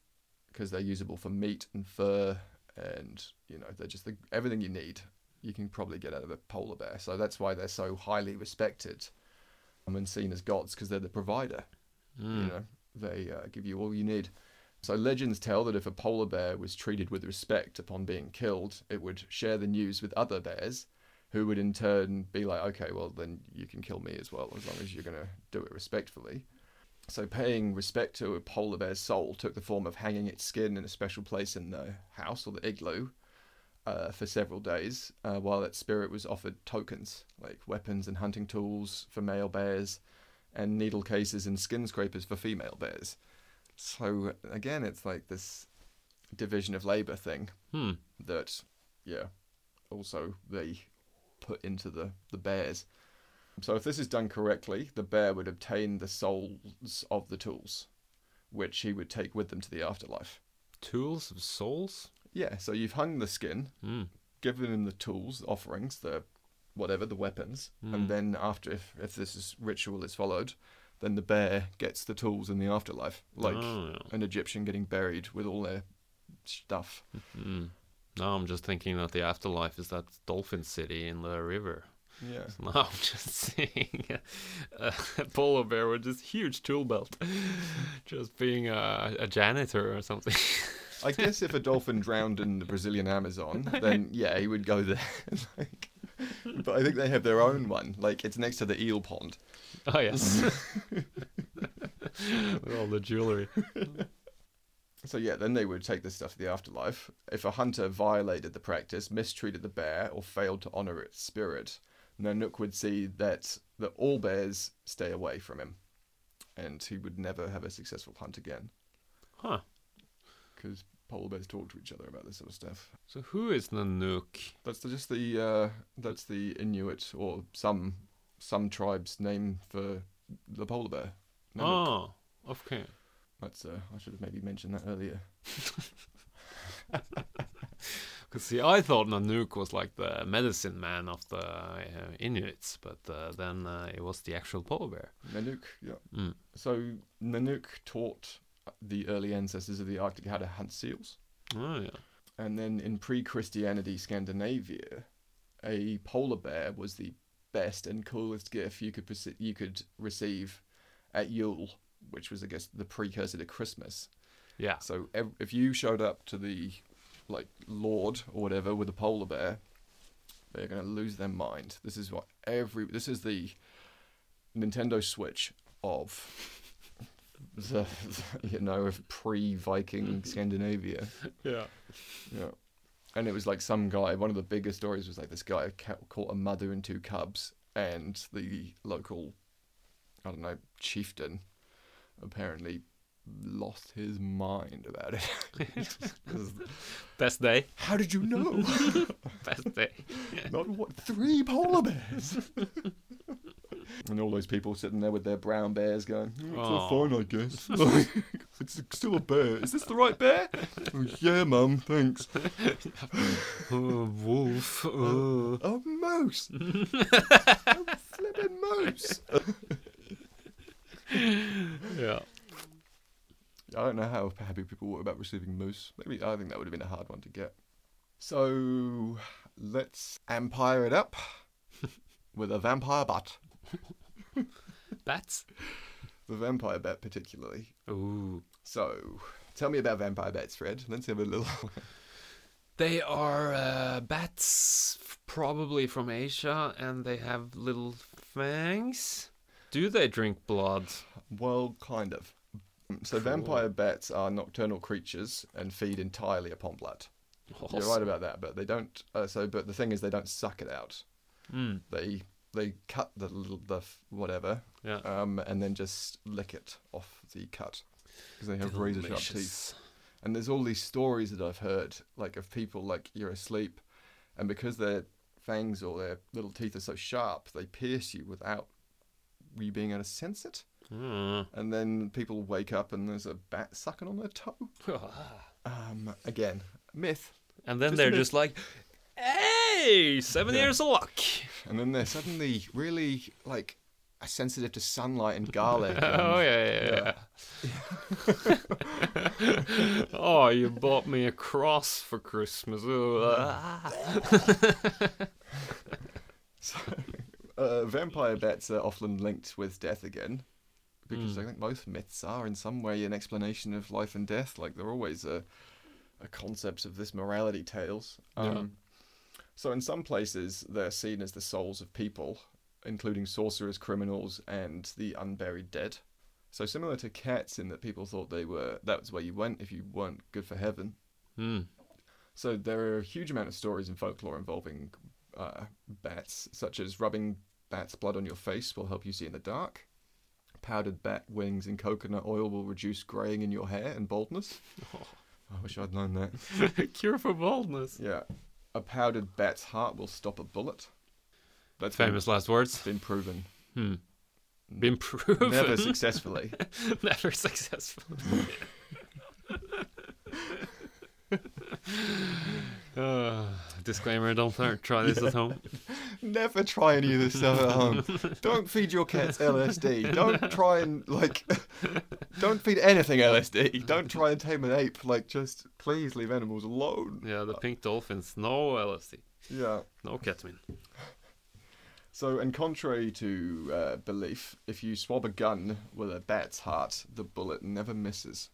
[SPEAKER 2] because they're usable for meat and fur, and you know they're just the, everything you need. You can probably get out of a polar bear, so that's why they're so highly respected um, and seen as gods because they're the provider
[SPEAKER 1] Mm.
[SPEAKER 2] you know they uh, give you all you need so legends tell that if a polar bear was treated with respect upon being killed it would share the news with other bears who would in turn be like okay well then you can kill me as well as long as you're going to do it respectfully so paying respect to a polar bear's soul took the form of hanging its skin in a special place in the house or the igloo uh, for several days, uh, while its spirit was offered tokens like weapons and hunting tools for male bears, and needle cases and skin scrapers for female bears. So again, it's like this division of labor thing
[SPEAKER 1] Hmm.
[SPEAKER 2] that, yeah, also they put into the the bears. So if this is done correctly, the bear would obtain the souls of the tools, which he would take with them to the afterlife.
[SPEAKER 1] Tools of souls.
[SPEAKER 2] Yeah, so you've hung the skin,
[SPEAKER 1] Mm.
[SPEAKER 2] given him the tools, the offerings, the whatever, the weapons,
[SPEAKER 1] Mm.
[SPEAKER 2] and then after, if, if this is ritual is followed, then the bear gets the tools in the afterlife, like
[SPEAKER 1] Oh,
[SPEAKER 2] an Egyptian getting buried with all their stuff.
[SPEAKER 1] yeah. mm. Now I'm just thinking that the afterlife is that dolphin city in the river.
[SPEAKER 2] Yeah,
[SPEAKER 1] Now I'm just seeing a, a polar bear with this huge tool belt, just being a, a janitor or something.
[SPEAKER 2] I guess if a dolphin drowned in the Brazilian Amazon, then yeah, he would go there. like, but I think they have their own one. Like it's next to the eel pond.
[SPEAKER 1] Oh yes, with all the jewelry.
[SPEAKER 2] So yeah, then they would take this stuff to the afterlife. If a hunter violated the practice, mistreated the bear, or failed to honor its spirit, Nanook would see that that all bears stay away from him, and he would never have a successful hunt again.
[SPEAKER 1] Huh.
[SPEAKER 2] Because polar bears talk to each other about this sort of stuff.
[SPEAKER 1] So who is Nanook?
[SPEAKER 2] That's the, just the uh, that's the Inuit or some some tribes name for the polar bear. Nanook.
[SPEAKER 1] Oh, okay.
[SPEAKER 2] That's uh, I should have maybe mentioned that earlier.
[SPEAKER 1] Cause see, I thought Nanook was like the medicine man of the uh, Inuits, but uh, then uh, it was the actual polar bear.
[SPEAKER 2] Nanook, yeah.
[SPEAKER 1] Mm.
[SPEAKER 2] So Nanook taught the early ancestors of the Arctic how to hunt seals.
[SPEAKER 1] Oh yeah.
[SPEAKER 2] And then in pre Christianity Scandinavia, a polar bear was the best and coolest gift you could perce- you could receive at Yule, which was, I guess, the precursor to Christmas.
[SPEAKER 1] Yeah.
[SPEAKER 2] So ev- if you showed up to the like Lord or whatever with a polar bear, they're going to lose their mind. This is what every this is the Nintendo Switch of the you know of pre-Viking Scandinavia.
[SPEAKER 1] Yeah.
[SPEAKER 2] Yeah. And it was like some guy, one of the bigger stories was like this guy ca- caught a mother and two cubs, and the local, I don't know, chieftain apparently lost his mind about it. 'Cause,
[SPEAKER 1] Best day.
[SPEAKER 2] How did you know?
[SPEAKER 1] Best day.
[SPEAKER 2] Not what? Three polar bears! and all those people sitting there with their brown bears going, "Oh, it's all
[SPEAKER 1] Aw.
[SPEAKER 2] fine, I guess. it's still a bear. Is this the right bear? "Oh, yeah, mum, thanks.
[SPEAKER 1] Uh, wolf. uh.
[SPEAKER 2] A moose. a flippin' moose.
[SPEAKER 1] Yeah.
[SPEAKER 2] I don't know how happy people were about receiving moose. Maybe I think that would have been a hard one to get. So let's empire it up with a vampire bat.
[SPEAKER 1] Bats.
[SPEAKER 2] The vampire bat, particularly.
[SPEAKER 1] Ooh.
[SPEAKER 2] So tell me about vampire bats, Fred. Let's have a little.
[SPEAKER 1] They are uh, bats, f- probably from Asia, and they have little fangs. Do they drink blood?
[SPEAKER 2] well, kind of. So
[SPEAKER 1] Cool.
[SPEAKER 2] vampire bats are nocturnal creatures and feed entirely upon blood. You're right about that, but they don't. Uh, so, but the thing is, they don't suck it out.
[SPEAKER 1] Mm,
[SPEAKER 2] they they cut the little the f- whatever
[SPEAKER 1] yeah.
[SPEAKER 2] um and then just lick it off the cut because they have razor sharp teeth
[SPEAKER 1] Delicious.
[SPEAKER 2] and there's all these stories that i've heard like of people like you're asleep and because their fangs or their little teeth are so sharp they pierce you without you being able to sense it
[SPEAKER 1] Mm.
[SPEAKER 2] and then people wake up and there's a bat sucking on their toe
[SPEAKER 1] Hmm.
[SPEAKER 2] um again myth
[SPEAKER 1] And then
[SPEAKER 2] Just a
[SPEAKER 1] they're
[SPEAKER 2] bit-
[SPEAKER 1] just like, hey, seven
[SPEAKER 2] Yeah.
[SPEAKER 1] years of luck.
[SPEAKER 2] and then they're suddenly really like sensitive to sunlight and garlic and-
[SPEAKER 1] Oh, yeah, yeah, yeah. oh, you bought me a cross for Christmas. Ooh, ah.
[SPEAKER 2] uh, vampire bats are often linked with death again, because I think most myths are in some way an explanation of life and death. Like they're always a, a concepts of this morality tales. Um, So in some places they're seen as the souls of people, including sorcerers, criminals, and the unburied dead. So similar to cats, in that people thought they were that was where you went if you weren't good for heaven.
[SPEAKER 1] Mm.
[SPEAKER 2] So there are a huge amount of stories in folklore involving uh, bats, such as rubbing bat's blood on your face will help you see in the dark. Powdered bat wings and coconut oil will reduce graying in your hair and baldness. I wish I'd known that.
[SPEAKER 1] Cure for baldness.
[SPEAKER 2] Yeah. A powdered bat's heart will stop a bullet. That's been-
[SPEAKER 1] Famous last words.
[SPEAKER 2] Been proven.
[SPEAKER 1] Hmm. Been proven.
[SPEAKER 2] Never successfully.
[SPEAKER 1] Never successful. uh, disclaimer: Don't try- try this at home.
[SPEAKER 2] Never try any of this stuff at home. Don't feed your cats LSD. Don't try and like. Don't feed anything LSD. Don't try and tame an ape. Like, just please leave animals alone.
[SPEAKER 1] Yeah, the pink dolphins. No LSD.
[SPEAKER 2] Yeah.
[SPEAKER 1] No ketamine.
[SPEAKER 2] So, and contrary to uh, belief, if you swab a gun with a bat's heart, the bullet never misses.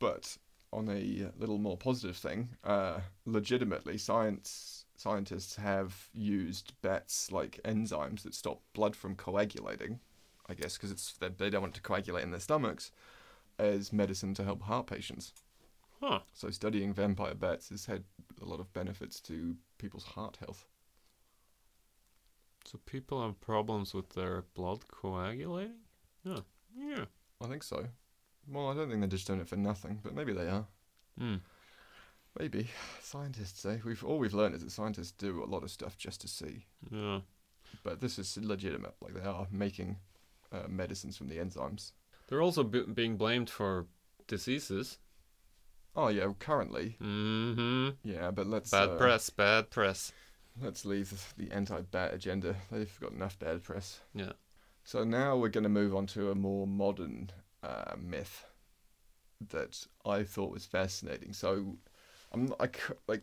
[SPEAKER 2] But on a little more positive thing, uh, legitimately, science scientists have used bats like enzymes that stop blood from coagulating. I guess because it's they, they don't want it to coagulate in their stomachs, as medicine to help heart patients.
[SPEAKER 1] Huh.
[SPEAKER 2] So studying vampire bats has had a lot of benefits to people's heart health.
[SPEAKER 1] So people have problems with their blood coagulating. Yeah. Yeah.
[SPEAKER 2] I think so. Well, I don't think they're just doing it for nothing, but maybe they are.
[SPEAKER 1] Mm.
[SPEAKER 2] Maybe scientists, eh? We've all we've learned is that scientists do a lot of stuff just to see,
[SPEAKER 1] Yeah.
[SPEAKER 2] but this is legitimate. Like they are making uh, medicines from the enzymes.
[SPEAKER 1] They're also b- being blamed for diseases.
[SPEAKER 2] Oh yeah, currently,
[SPEAKER 1] hmm
[SPEAKER 2] yeah. But let's
[SPEAKER 1] Bad
[SPEAKER 2] uh,
[SPEAKER 1] press, bad press.
[SPEAKER 2] Let's leave the anti-bat agenda. They've got enough bad press.
[SPEAKER 1] Yeah.
[SPEAKER 2] So now we're going to move on to a more modern uh, myth that I thought was fascinating. So I'm not, I c- like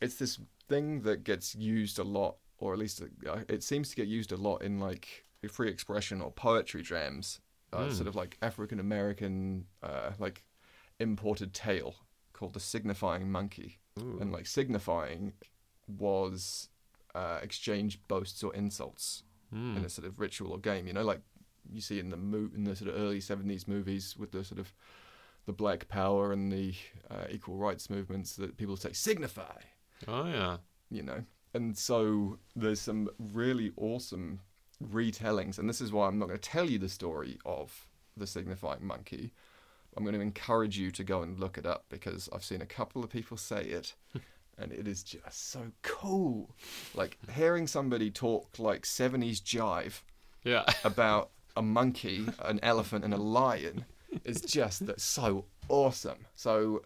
[SPEAKER 2] it's this thing that gets used a lot, or at least uh, it seems to get used a lot in like free expression or poetry jams, uh,
[SPEAKER 1] Hmm.
[SPEAKER 2] sort of like African American uh, like imported tale called the signifying monkey
[SPEAKER 1] Ooh.
[SPEAKER 2] and like signifying was uh, exchange boasts or insults
[SPEAKER 1] Mm.
[SPEAKER 2] in a sort of ritual or game. You know, like you see in the mo- in the sort of early '70s movies with the sort of the Black Power and the uh, equal rights movements that people say signify.
[SPEAKER 1] Oh yeah.
[SPEAKER 2] You know, and so there's some really awesome retellings, and this is why I'm not going to tell you the story of the signifying monkey. I'm going to encourage you to go and look it up because I've seen a couple of people say it and it is just so cool. Like hearing somebody talk like 70s jive
[SPEAKER 1] Yeah.
[SPEAKER 2] about a monkey, an elephant, and a lion is just that's so awesome. So,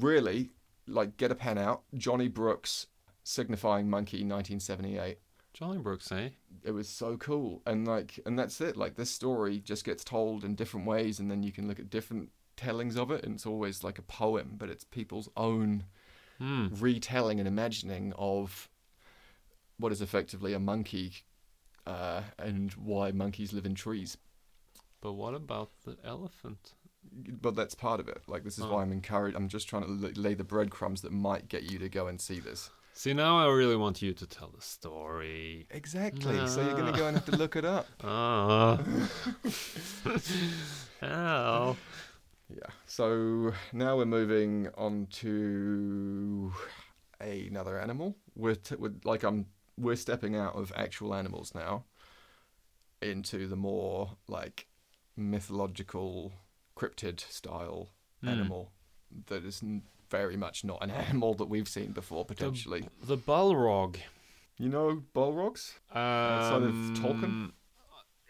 [SPEAKER 2] really, like, get a pen out. Johnny Brooks, signifying monkey, 1978.
[SPEAKER 1] Johnny Brooks, eh?
[SPEAKER 2] It was so cool, and like, and that's it. Like, this story just gets told in different ways, and then you can look at different tellings of it, and it's always like a poem, but it's people's own
[SPEAKER 1] Hmm.
[SPEAKER 2] retelling and imagining of what is effectively a monkey. Uh, and why monkeys live in trees
[SPEAKER 1] But what about the elephant?
[SPEAKER 2] but that's part of it. Like this is
[SPEAKER 1] Oh.
[SPEAKER 2] why I'm encouraged. I'm just trying to l- lay the breadcrumbs that might get you to go and see this.
[SPEAKER 1] See, now I really want you to tell the story.
[SPEAKER 2] Exactly. So you're gonna go and have to look it up.
[SPEAKER 1] Ah. Ow.
[SPEAKER 2] Yeah. So now we're moving on to another animal. We're, t- we're like I'm. We're stepping out of actual animals now into the more like mythological, cryptid style
[SPEAKER 1] Hmm.
[SPEAKER 2] animal that is n- very much not an animal that we've seen before potentially.
[SPEAKER 1] The Balrog.
[SPEAKER 2] You know Balrogs? Outside of Tolkien?
[SPEAKER 1] Um,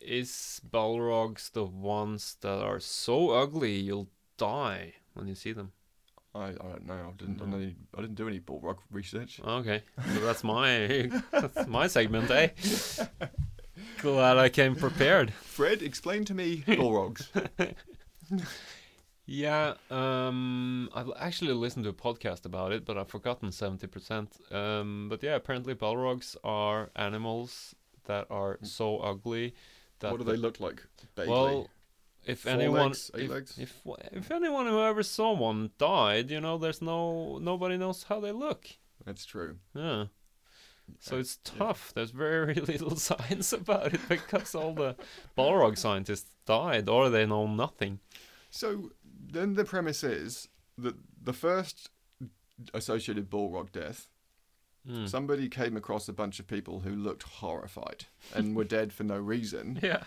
[SPEAKER 1] Is Balrogs the ones that are so ugly you'll die when you see them?
[SPEAKER 2] I, I don't know. I didn't. I
[SPEAKER 1] No.
[SPEAKER 2] didn't- I didn't do any Balrog research.
[SPEAKER 1] Okay, so that's my that's my segment, eh? Glad I came prepared.
[SPEAKER 2] Fred, explain to me Balrogs.
[SPEAKER 1] Yeah, um, I've actually listened to a podcast about it, but I've forgotten 70%. Um, but yeah, apparently Balrogs are animals that are so ugly that
[SPEAKER 2] Hmm. what do they look like? Vaguely?
[SPEAKER 1] Well, if
[SPEAKER 2] Four
[SPEAKER 1] anyone,
[SPEAKER 2] legs, eight
[SPEAKER 1] if,
[SPEAKER 2] legs?
[SPEAKER 1] if if anyone who ever saw one died, you know, there's no nobody knows how they look.
[SPEAKER 2] that's true.
[SPEAKER 1] Yeah. So
[SPEAKER 2] Yeah,
[SPEAKER 1] it's tough. There's very little science about it because all the Balrog scientists died, or they know nothing.
[SPEAKER 2] So then the premise is that the first associated Balrog death,
[SPEAKER 1] Mm.
[SPEAKER 2] somebody came across a bunch of people who looked horrified and were dead for no reason,
[SPEAKER 1] Yeah.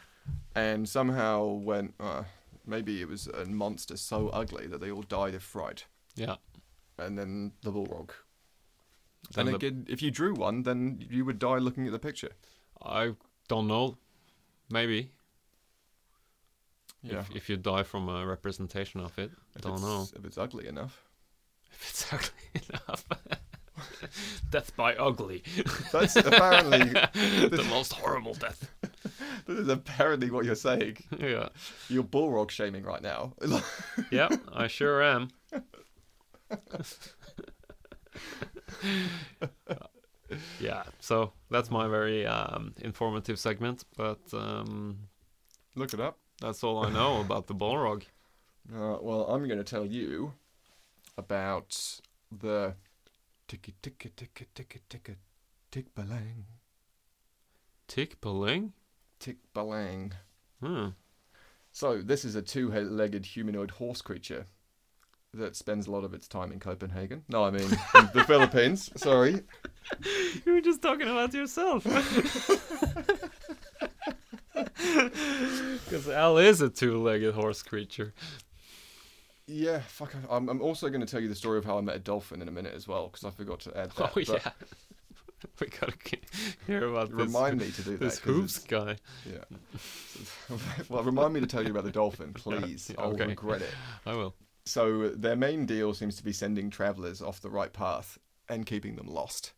[SPEAKER 2] and somehow went. Uh, maybe it was a monster so ugly that they all died of fright,
[SPEAKER 1] Yeah.
[SPEAKER 2] and then the Balrog.
[SPEAKER 1] Then
[SPEAKER 2] and
[SPEAKER 1] the-
[SPEAKER 2] again, if you drew one, then you would die looking at the picture.
[SPEAKER 1] I don't know. Maybe
[SPEAKER 2] Yeah.
[SPEAKER 1] if, if you die from a representation of it,
[SPEAKER 2] If
[SPEAKER 1] don't
[SPEAKER 2] it's-
[SPEAKER 1] know
[SPEAKER 2] If it's ugly enough.
[SPEAKER 1] if it's ugly enough. death by ugly,
[SPEAKER 2] That's apparently
[SPEAKER 1] the most horrible death.
[SPEAKER 2] this is apparently what you're saying.
[SPEAKER 1] yeah.
[SPEAKER 2] You're Balrog shaming right now.
[SPEAKER 1] Yep, I sure am. yeah, so that's my very um, informative segment, but um,
[SPEAKER 2] Look it up.
[SPEAKER 1] that's all I know about the Balrog.
[SPEAKER 2] Uh, well, I'm going to tell you about the ticka ticka ticka ticka ticka tick balang
[SPEAKER 1] Tick pulling?
[SPEAKER 2] tick balang.
[SPEAKER 1] Hmm.
[SPEAKER 2] So this is a two-legged humanoid horse creature that spends a lot of its time in Copenhagen. No, I mean in the Philippines. Sorry.
[SPEAKER 1] You were just talking about yourself. Because Al is a two legged horse creature.
[SPEAKER 2] Yeah, fuck. I- I'm, I'm also going to tell you the story of how I met a dolphin in a minute as well because I forgot to add that.
[SPEAKER 1] oh
[SPEAKER 2] but
[SPEAKER 1] yeah, we gotta ke- hear about this.
[SPEAKER 2] Remind me to do
[SPEAKER 1] this
[SPEAKER 2] that. 'cause
[SPEAKER 1] hooves guy.
[SPEAKER 2] it's- Yeah. well, remind me to tell you about the dolphin, please.
[SPEAKER 1] yeah,
[SPEAKER 2] I'll
[SPEAKER 1] okay.
[SPEAKER 2] regret it.
[SPEAKER 1] I will.
[SPEAKER 2] So their main deal seems to be sending travelers off the right path and keeping them lost.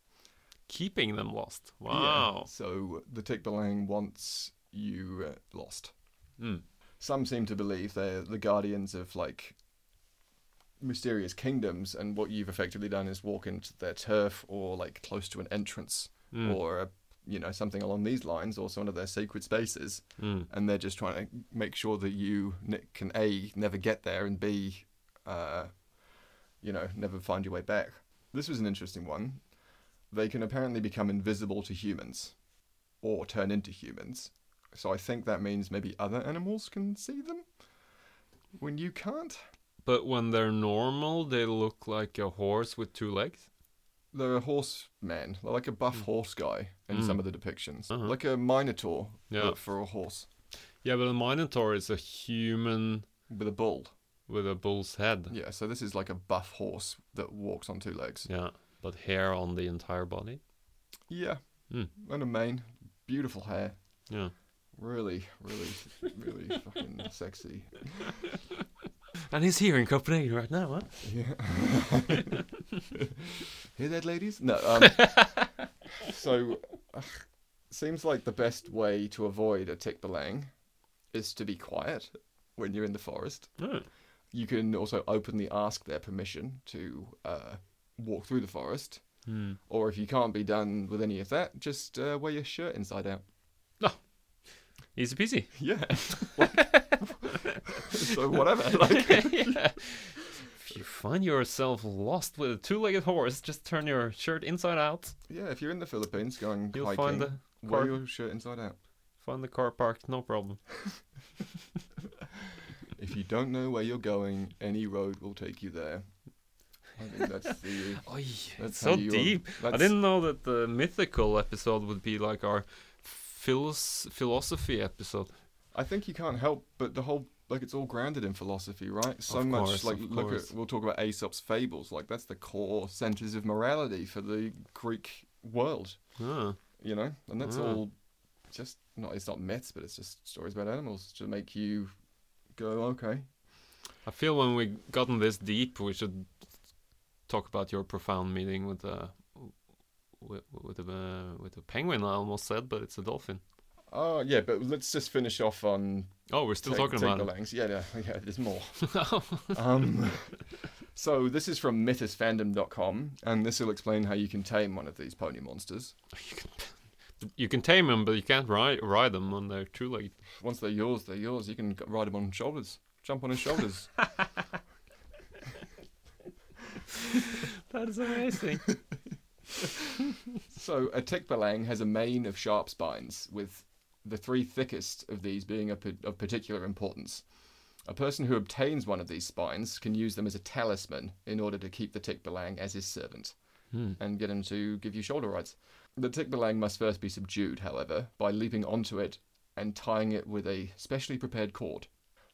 [SPEAKER 1] Keeping them lost.
[SPEAKER 2] Yeah.
[SPEAKER 1] Wow.
[SPEAKER 2] So the Tikbalang wants you uh, lost.
[SPEAKER 1] Mm.
[SPEAKER 2] Some seem to believe they're the guardians of like mysterious kingdoms, and what you've effectively done is walk into their turf or like close to an entrance
[SPEAKER 1] Mm.
[SPEAKER 2] or a, you know something along these lines or some of their sacred spaces,
[SPEAKER 1] Mm.
[SPEAKER 2] and they're just trying to make sure that you n- can a never get there and b, uh, you know, never find your way back. This was an interesting one. They can apparently become invisible to humans, or turn into humans. So I think that means maybe other animals can see them when you can't.
[SPEAKER 1] But when they're normal, they look like a horse with two legs.
[SPEAKER 2] They're a horse man, They're like a buff horse guy in
[SPEAKER 1] Mm.
[SPEAKER 2] some of the depictions,
[SPEAKER 1] Hmm. Uh-huh.
[SPEAKER 2] like a minotaur
[SPEAKER 1] Yeah.
[SPEAKER 2] but for a horse
[SPEAKER 1] Yeah, but a minotaur is a human
[SPEAKER 2] with a bull.
[SPEAKER 1] with a bull's head.
[SPEAKER 2] Yeah, so this is like a buff horse that walks on two legs.
[SPEAKER 1] Yeah, but hair on the entire body.
[SPEAKER 2] Yeah,
[SPEAKER 1] Hmm.
[SPEAKER 2] and a mane, beautiful hair,
[SPEAKER 1] Yeah.
[SPEAKER 2] really, really, really fucking sexy.
[SPEAKER 1] And he's here in Copenhagen right now, huh?
[SPEAKER 2] Yeah. Hear that, ladies? No. Um, so, ugh, seems like the best way to avoid a tick belang is to be quiet when you're in the forest. You can also openly ask their permission to uh, walk through the forest.
[SPEAKER 1] Hmm.
[SPEAKER 2] Or if you can't be done with any of that, just uh, wear your shirt inside out.
[SPEAKER 1] Easy peasy.
[SPEAKER 2] Yeah. so whatever. Like,
[SPEAKER 1] Yeah. If you find yourself lost with a two-legged horse, just turn your shirt inside out.
[SPEAKER 2] yeah, if you're in the Philippines going
[SPEAKER 1] You'll
[SPEAKER 2] hiking,
[SPEAKER 1] find the
[SPEAKER 2] wear
[SPEAKER 1] car-
[SPEAKER 2] your shirt inside out.
[SPEAKER 1] find the car parked, no problem.
[SPEAKER 2] If you don't know where you're going, any road will take you there. I think that's the.
[SPEAKER 1] Oy,
[SPEAKER 2] That's
[SPEAKER 1] it's so
[SPEAKER 2] how you, um,
[SPEAKER 1] deep. I
[SPEAKER 2] that's-
[SPEAKER 1] didn't know that the mythical episode would be like our philos- philosophy episode.
[SPEAKER 2] I think you can't help, but the whole like it's all grounded in philosophy, right? So
[SPEAKER 1] Of
[SPEAKER 2] much
[SPEAKER 1] course,
[SPEAKER 2] like
[SPEAKER 1] of
[SPEAKER 2] look
[SPEAKER 1] course.
[SPEAKER 2] at we'll talk about Aesop's fables, like that's the core centers of morality for the Greek world,
[SPEAKER 1] Ah,
[SPEAKER 2] you know, and that's
[SPEAKER 1] Ah.
[SPEAKER 2] all just not it's not myths, but it's just stories about animals to make you go okay.
[SPEAKER 1] I feel when we gotten this deep, we should talk about your profound meeting with the with, with the uh, with the penguin. I almost said, but it's a dolphin.
[SPEAKER 2] Oh yeah, but let's just finish off on
[SPEAKER 1] Oh, we're still
[SPEAKER 2] take-
[SPEAKER 1] talking
[SPEAKER 2] take
[SPEAKER 1] about
[SPEAKER 2] the
[SPEAKER 1] it.
[SPEAKER 2] Langs. Yeah, yeah, yeah. There's more. um, so this is from mythosfandom.com, and this will explain how you can tame one of these pony monsters.
[SPEAKER 1] You can, you can tame them, but you can't ride ride them on their two legged.
[SPEAKER 2] Once they're yours, they're yours. You can g- ride him on his shoulders, jump on his shoulders.
[SPEAKER 1] That is amazing.
[SPEAKER 2] so a tikbalang has a mane of sharp spines, with the three thickest of these being of pa- of particular importance. A person who obtains one of these spines can use them as a talisman in order to keep the tikbalang as his servant. and get him to give you shoulder rides. The Tikbalang must first be subdued, however, by leaping onto it and tying it with a specially prepared cord.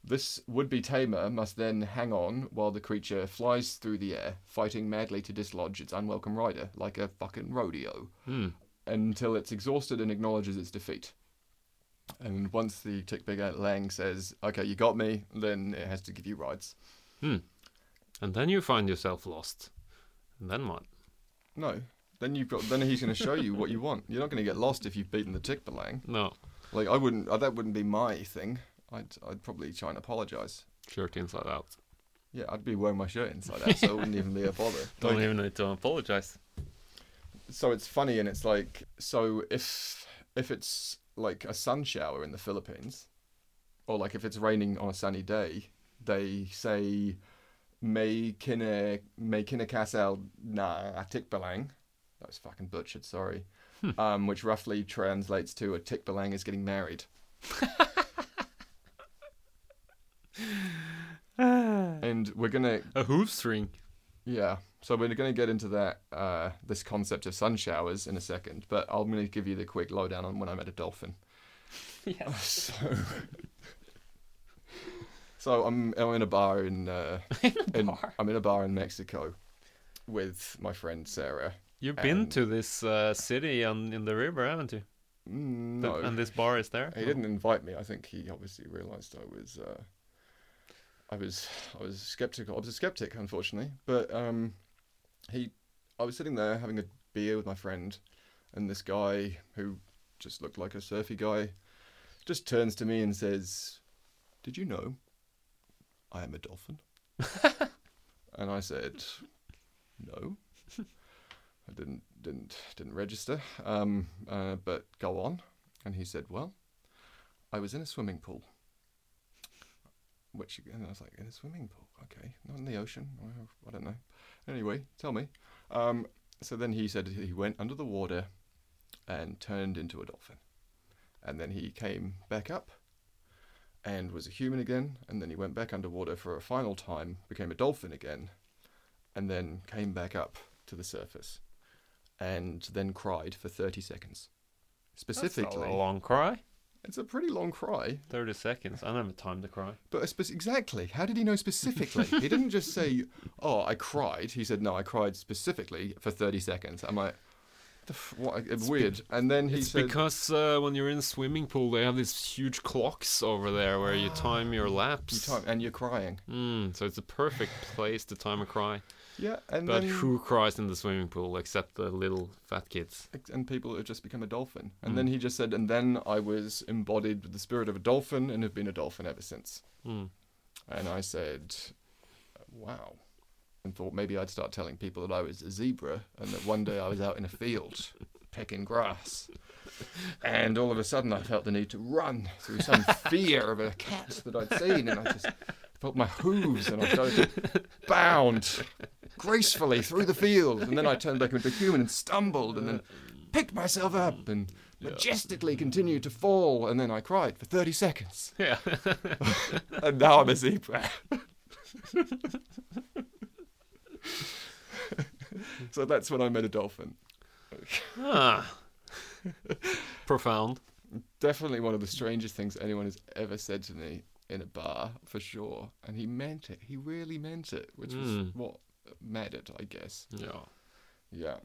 [SPEAKER 2] This would be tamer must then hang on while the creature flies through the air, fighting madly to dislodge its unwelcome rider, like a fucking rodeo,
[SPEAKER 1] Hmm,
[SPEAKER 2] until it's exhausted and acknowledges its defeat. And once the Tikbalang says, okay, you got me, then it has to give you rides.
[SPEAKER 1] hmm. And then you find yourself lost. And then what?
[SPEAKER 2] No. Then you've got. Then he's going to show you what you want. You're not going to get lost if you've beaten the Tikbalang.
[SPEAKER 1] No,
[SPEAKER 2] Like I wouldn't. uh, That wouldn't be my thing. I'd I'd probably try and apologize.
[SPEAKER 1] shirt inside out.
[SPEAKER 2] Yeah, I'd be wearing my shirt inside out, so it wouldn't even be a bother.
[SPEAKER 1] Don't
[SPEAKER 2] Like,
[SPEAKER 1] even need to apologize.
[SPEAKER 2] So it's funny, and it's like so if if it's like a sun shower in the Philippines, or like if it's raining on a sunny day, they say may kine may kinakasal na tikbalang. That was fucking butchered. Sorry. Um, which roughly translates to a tikbalang is getting married.
[SPEAKER 1] a
[SPEAKER 2] And we're gonna
[SPEAKER 1] hoof string.
[SPEAKER 2] Yeah. So we're going to get into that uh, this concept of sun showers in a second, but I'm going to give you the quick lowdown on when I met a dolphin.
[SPEAKER 1] Yeah.
[SPEAKER 2] So, So I'm I'm in a bar in uh, in,
[SPEAKER 1] Bar.
[SPEAKER 2] I'm in a bar in Mexico with my friend Sarah.
[SPEAKER 1] You've been
[SPEAKER 2] And-
[SPEAKER 1] to this uh, city on in the river, haven't you? Th-
[SPEAKER 2] Mm, No,
[SPEAKER 1] And this bar is there.
[SPEAKER 2] he didn't invite me. I think he obviously realised I was uh, I was I was skeptical. I was a skeptic, unfortunately. But um, he, I was sitting there having a beer with my friend, and this guy who just looked like a surfy guy, just turns to me and says, "Did you know I am a dolphin?" and I said, "No." I didn't didn't didn't register. Um, uh, but go on. And he said, Well, I was in a swimming pool. Which, and I was like, In a swimming pool? Okay, not in the ocean. Well, I don't know. Anyway, tell me. Um, so then he said he went under the water and turned into a dolphin. And then he came back up and was a human again. And then he went back underwater for a final time, became a dolphin again, and then came back up to the surface and then cried for 30 seconds.
[SPEAKER 1] That's
[SPEAKER 2] Specifically,
[SPEAKER 1] a long cry.
[SPEAKER 2] it's a pretty long cry,
[SPEAKER 1] Thirty seconds. I don't have time to cry.
[SPEAKER 2] but a spec- exactly. How did he know specifically? he didn't just say, "Oh, I cried." He said, "No, I cried specifically for thirty seconds." I'm like, the f- "What? It's weird." and then he
[SPEAKER 1] it's
[SPEAKER 2] said,
[SPEAKER 1] because uh, when you're in a swimming pool, they have these huge clocks over there where you time your
[SPEAKER 2] "You
[SPEAKER 1] laps.
[SPEAKER 2] time and you're crying."
[SPEAKER 1] Mm, so it's a perfect place to time a cry.
[SPEAKER 2] Yeah, and
[SPEAKER 1] But
[SPEAKER 2] then
[SPEAKER 1] who cries in the swimming pool except the little fat kids?
[SPEAKER 2] and people have just become a dolphin. And then he just said, "And then I was embodied with the spirit of a dolphin and have been a dolphin ever since."
[SPEAKER 1] Mm.
[SPEAKER 2] And I said, "Wow." And thought maybe I'd start telling people that I was a zebra and that one day I was out in a field pecking grass. And all of a sudden I felt the need to run through some fear of a cat that I'd seen. And I just felt my hooves and I started to bound gracefully through the field. And then I turned back into a human and stumbled and then picked myself up and majestically continued to fall. And then I cried for 30 seconds.
[SPEAKER 1] Yeah.
[SPEAKER 2] And now I'm a zebra. so that's when I met a dolphin.
[SPEAKER 1] ah. Profound.
[SPEAKER 2] Definitely one of the strangest things anyone has ever said to me in a bar, for sure. And he meant it. He really meant it, which was
[SPEAKER 1] Mm.
[SPEAKER 2] what made it, I guess.
[SPEAKER 1] Yeah.
[SPEAKER 2] Yeah.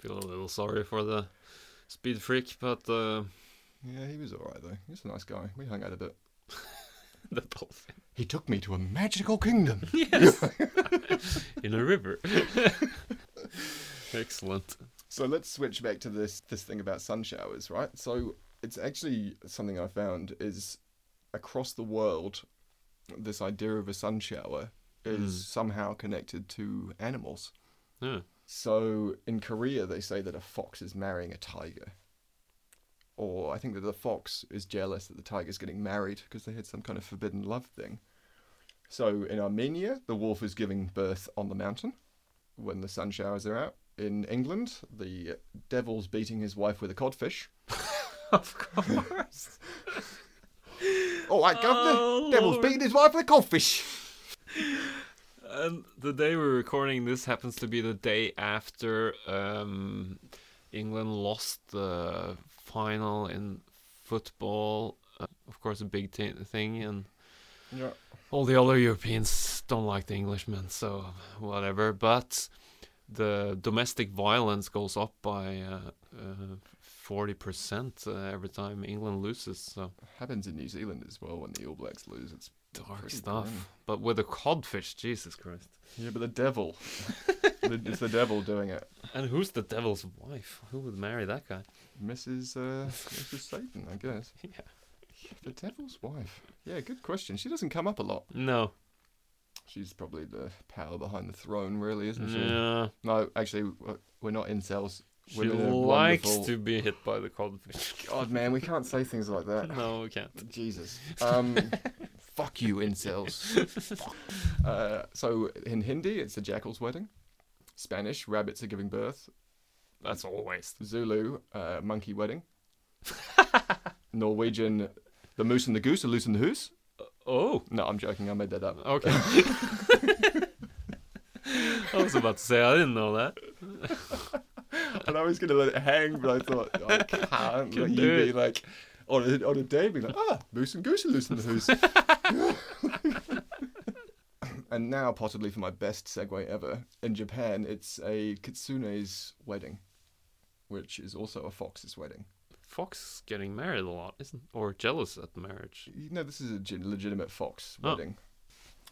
[SPEAKER 1] Feel a little sorry for the speed freak, but uh,
[SPEAKER 2] Yeah, he was all right, though. He was a nice guy. We hung out a bit.
[SPEAKER 1] the dolphin.
[SPEAKER 2] He took me to a magical kingdom.
[SPEAKER 1] Yes. in a river. Excellent.
[SPEAKER 2] So let's switch back to this this thing about sun showers, right? So it's actually something I found is across the world, this idea of a sun shower is
[SPEAKER 1] Mm.
[SPEAKER 2] somehow connected to animals.
[SPEAKER 1] Yeah.
[SPEAKER 2] So in Korea, they say that a fox is marrying a tiger. Or I think that the fox is jealous that the tiger's getting married because they had some kind of forbidden love thing. So in Armenia, the wolf is giving birth on the mountain when the sun showers are out. In England, the devil's beating his wife with a codfish.
[SPEAKER 1] Of course.
[SPEAKER 2] All right, Governor,
[SPEAKER 1] Oh,
[SPEAKER 2] devil's
[SPEAKER 1] Lord.
[SPEAKER 2] beating his wife with a codfish.
[SPEAKER 1] And the day we're recording this happens to be the day after um, England lost the final in football. Uh, of course, a big t- thing, and
[SPEAKER 2] Yeah.
[SPEAKER 1] all the other Europeans don't like the Englishmen, so whatever. But the domestic violence goes up by uh, forty percent uh, every time England loses. So
[SPEAKER 2] Happens in New Zealand as well when the All Blacks lose. It's
[SPEAKER 1] dark
[SPEAKER 2] Pretty
[SPEAKER 1] stuff.
[SPEAKER 2] grim.
[SPEAKER 1] But with a codfish, Jesus Christ!
[SPEAKER 2] yeah, but the devil. it's the devil doing it.
[SPEAKER 1] And who's the devil's wife? Who would marry that guy?
[SPEAKER 2] Mrs. Uh, Mrs. Satan, I guess.
[SPEAKER 1] Yeah.
[SPEAKER 2] The devil's wife. Yeah, good question. She doesn't come up a lot.
[SPEAKER 1] No.
[SPEAKER 2] She's probably the power behind the throne, really, isn't she?
[SPEAKER 1] No.
[SPEAKER 2] No, actually, w- we're not incels.
[SPEAKER 1] She
[SPEAKER 2] Women are
[SPEAKER 1] likes
[SPEAKER 2] wonderful.
[SPEAKER 1] to be hit by the codfish.
[SPEAKER 2] God, man, we can't say things like that.
[SPEAKER 1] no, we can't.
[SPEAKER 2] Jesus. Um, fuck you, incels. Uh, so in Hindi, it's the jackal's wedding. Spanish, rabbits are giving birth.
[SPEAKER 1] That's always.
[SPEAKER 2] Zulu, uh, monkey wedding. Norwegian, the moose and the goose, the loose and the hoose.
[SPEAKER 1] Oh.
[SPEAKER 2] No, I'm joking. I made that up.
[SPEAKER 1] Okay. I was about to say I didn't know that.
[SPEAKER 2] And I was gonna let it hang, but I thought I
[SPEAKER 1] Couldn't
[SPEAKER 2] can't. Like,
[SPEAKER 1] do
[SPEAKER 2] you'd be
[SPEAKER 1] it.
[SPEAKER 2] like on a, on a day, be like, ah, moose and goose are loose in the hoose. and now possibly for my best segue ever, in Japan it's a kitsune's wedding, which is also a fox's wedding.
[SPEAKER 1] Fox getting married a lot, isn't or jealous at marriage.
[SPEAKER 2] You know, this is a gen- legitimate fox
[SPEAKER 1] Oh.
[SPEAKER 2] wedding.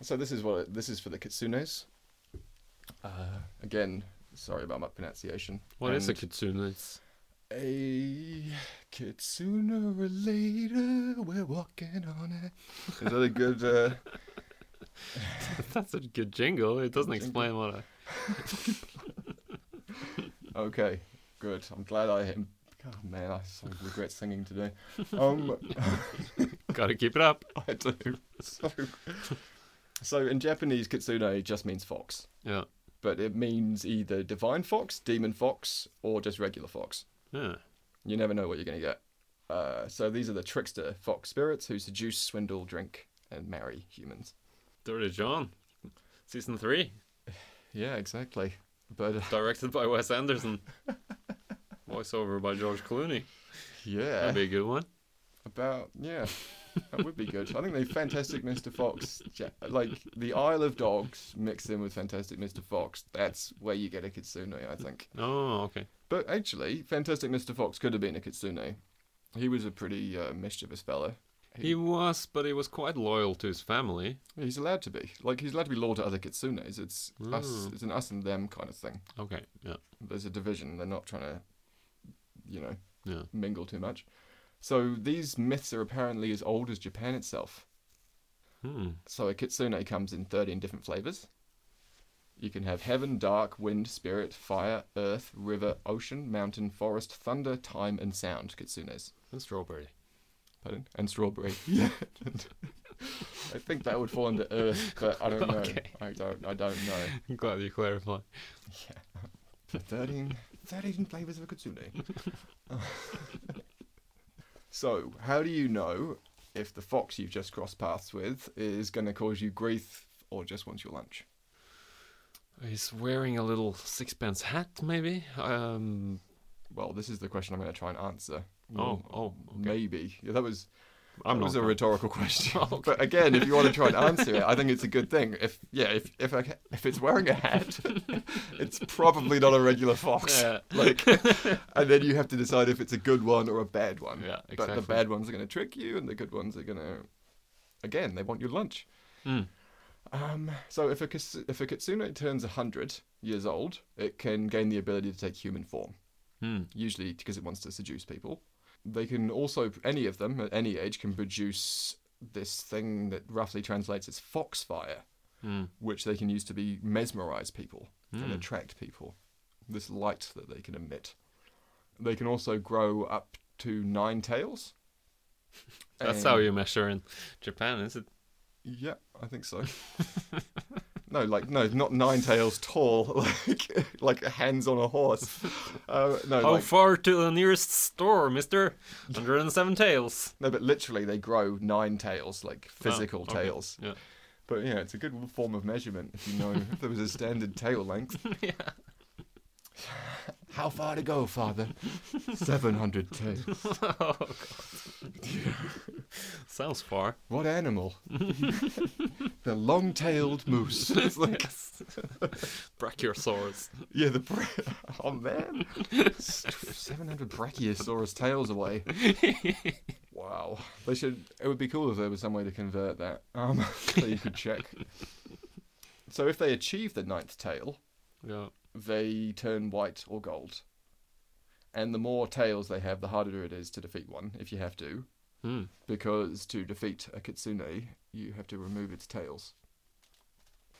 [SPEAKER 2] So this is what it, this is for the kitsunes. Uh, again, sorry about my pronunciation.
[SPEAKER 1] What is a
[SPEAKER 2] And
[SPEAKER 1] kitsune? It's
[SPEAKER 2] A kitsune or later, we're walking on it. Is that a good? Uh,
[SPEAKER 1] that's a good jingle. It doesn't
[SPEAKER 2] Jingle.
[SPEAKER 1] explain what a
[SPEAKER 2] okay, good. I'm glad I. God man, I so regret singing today. Um,
[SPEAKER 1] gotta keep it up.
[SPEAKER 2] I do. So, so in Japanese, kitsune just means fox.
[SPEAKER 1] Yeah.
[SPEAKER 2] but it means either divine fox, demon fox, or just regular fox.
[SPEAKER 1] Yeah.
[SPEAKER 2] You never know what you're going to get. Uh, so these are the trickster fox spirits who seduce, swindle, drink, and marry humans.
[SPEAKER 1] Dirty John. Season three.
[SPEAKER 2] Yeah, exactly. But uh,
[SPEAKER 1] Directed by Wes Anderson. Voiceover by George Clooney.
[SPEAKER 2] yeah,
[SPEAKER 1] That'd be a good one.
[SPEAKER 2] about yeah, that would be good. I think the Fantastic Mr. Fox, ja- like the Isle of Dogs, mixed in with Fantastic Mr. Fox. That's where you get a kitsune, I think.
[SPEAKER 1] Oh, okay.
[SPEAKER 2] But actually, Fantastic Mr. Fox could have been a kitsune. He was a pretty uh, mischievous fellow.
[SPEAKER 1] He was, but he was quite loyal to his family.
[SPEAKER 2] He's allowed to be. Like he's allowed to be loyal to other kitsunes. It's us.
[SPEAKER 1] Mm.
[SPEAKER 2] It's an us and them kind of thing.
[SPEAKER 1] Okay. Yeah.
[SPEAKER 2] There's a division. They're not trying to, you know,
[SPEAKER 1] Yeah.
[SPEAKER 2] mingle too much. So these myths are apparently as old as Japan itself.
[SPEAKER 1] Hmm.
[SPEAKER 2] So a kitsune comes in 13 different flavors. You can have heaven, dark, wind, spirit, fire, earth, river, ocean, mountain, forest, thunder, time, and sound kitsunes.
[SPEAKER 1] And strawberry.
[SPEAKER 2] Pardon? And strawberry. yeah. I think that would fall under earth, but I don't know.
[SPEAKER 1] Okay.
[SPEAKER 2] I don't. I don't know.
[SPEAKER 1] Glad you clarified.
[SPEAKER 2] Yeah. 13, 13 flavors of a kitsune. so, how do you know if the fox you've just crossed paths with is going to cause you grief or just wants your lunch?
[SPEAKER 1] He's wearing a little sixpence hat, maybe. Um,
[SPEAKER 2] Well, this is the question I'm going to try and answer.
[SPEAKER 1] Oh, oh, okay.
[SPEAKER 2] maybe. Yeah, that was
[SPEAKER 1] I'm
[SPEAKER 2] that
[SPEAKER 1] not.
[SPEAKER 2] was a
[SPEAKER 1] gonna- Oh,
[SPEAKER 2] rhetorical question.
[SPEAKER 1] Okay.
[SPEAKER 2] But again, if you want to try and answer it, I think it's a good thing. If yeah, if if I, ca- if it's wearing a hat, it's probably not a regular fox.
[SPEAKER 1] Yeah.
[SPEAKER 2] Like, and then you have to decide if it's a good one or a bad one.
[SPEAKER 1] Yeah,
[SPEAKER 2] But the
[SPEAKER 1] exactly.
[SPEAKER 2] bad ones are going to trick you, and the good ones are going to, again, they want your lunch.
[SPEAKER 1] Hmm.
[SPEAKER 2] Um, so if a kis- if a kitsune turns hundred years old, it can gain the ability to take human form
[SPEAKER 1] Hmm.
[SPEAKER 2] usually because it wants to seduce people. They can also, any of them at any age, can produce this thing that roughly translates as foxfire,
[SPEAKER 1] Hmm.
[SPEAKER 2] which they can use to be mesmerize people and
[SPEAKER 1] Mm.
[SPEAKER 2] attract people. This light that they can emit. They can also grow up to nine tails.
[SPEAKER 1] That's
[SPEAKER 2] And-
[SPEAKER 1] how you measure in Japan, is it?
[SPEAKER 2] Yeah, I think so. no, like no, not nine tails tall, like like hands on a horse. Uh, no,
[SPEAKER 1] How
[SPEAKER 2] like,
[SPEAKER 1] far to the nearest store, Mister? Hundred and seven tails.
[SPEAKER 2] No, but literally they grow nine tails, like physical
[SPEAKER 1] Oh, okay.
[SPEAKER 2] tails.
[SPEAKER 1] Yeah.
[SPEAKER 2] But yeah, it's a good form of measurement if you know if there was a standard tail length.
[SPEAKER 1] yeah.
[SPEAKER 2] How far to go, father? 700 tails.
[SPEAKER 1] oh God. Sounds far.
[SPEAKER 2] What animal? the long tailed moose. It's like,
[SPEAKER 1] Yes. Brachiosaurus.
[SPEAKER 2] yeah, the. Bra- oh, man. 700 brachiosaurus tails away. Wow. They should. It would be cool if there was some way to convert that. Um, so you could check. So if they achieve the ninth tail,
[SPEAKER 1] Yeah.
[SPEAKER 2] they turn white or gold. And the more tails they have, the harder it is to defeat one, if you have to.
[SPEAKER 1] Hmm.
[SPEAKER 2] Because to defeat a kitsune, you have to remove its tails.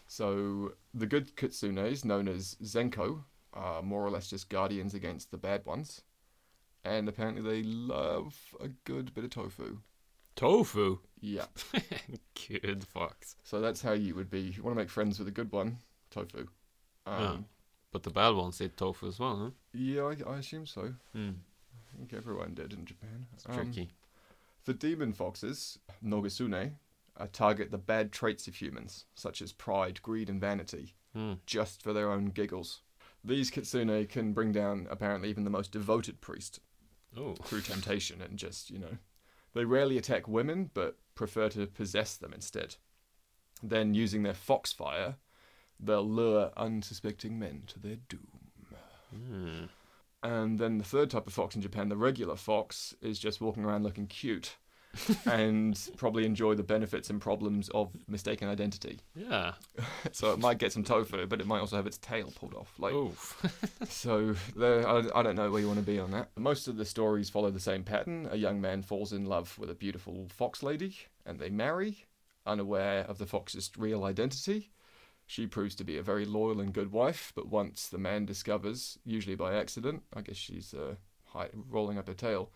[SPEAKER 2] So the good kitsunes, known as Zenko, are more or less just guardians against the bad ones. And apparently they love a good bit of tofu.
[SPEAKER 1] Tofu.
[SPEAKER 2] Yeah.
[SPEAKER 1] Good fox.
[SPEAKER 2] So that's how you would be. You want to make friends with a good one, tofu. Um,
[SPEAKER 1] Yeah. But the bad ones eat tofu as well, huh?
[SPEAKER 2] Yeah, I, I assume so.
[SPEAKER 1] Hmm.
[SPEAKER 2] I think everyone did in Japan.
[SPEAKER 1] It's
[SPEAKER 2] Um,
[SPEAKER 1] tricky.
[SPEAKER 2] The demon foxes, Nogasune, uh, target the bad traits of humans, such as pride, greed, and vanity,
[SPEAKER 1] Hmm.
[SPEAKER 2] just for their own giggles. These kitsune can bring down apparently even the most devoted priest
[SPEAKER 1] Oh.
[SPEAKER 2] through temptation and just, you know. They rarely attack women, but prefer to possess them instead. Then, using their foxfire, they'll lure unsuspecting men to their doom.
[SPEAKER 1] Hmm.
[SPEAKER 2] And then the third type of fox in Japan, the regular fox, is just walking around looking cute and probably enjoy the benefits and problems of mistaken identity.
[SPEAKER 1] Yeah.
[SPEAKER 2] So it might get some tofu, but it might also have its tail pulled off. Like,
[SPEAKER 1] Oof.
[SPEAKER 2] so there, I, I don't know where you want to be on that. Most of the stories follow the same pattern. A young man falls in love with a beautiful fox lady, and they marry, unaware of the fox's real identity. She proves to be a very loyal and good wife, but once the man discovers, usually by accident, I guess she's uh, hi rolling up her tail,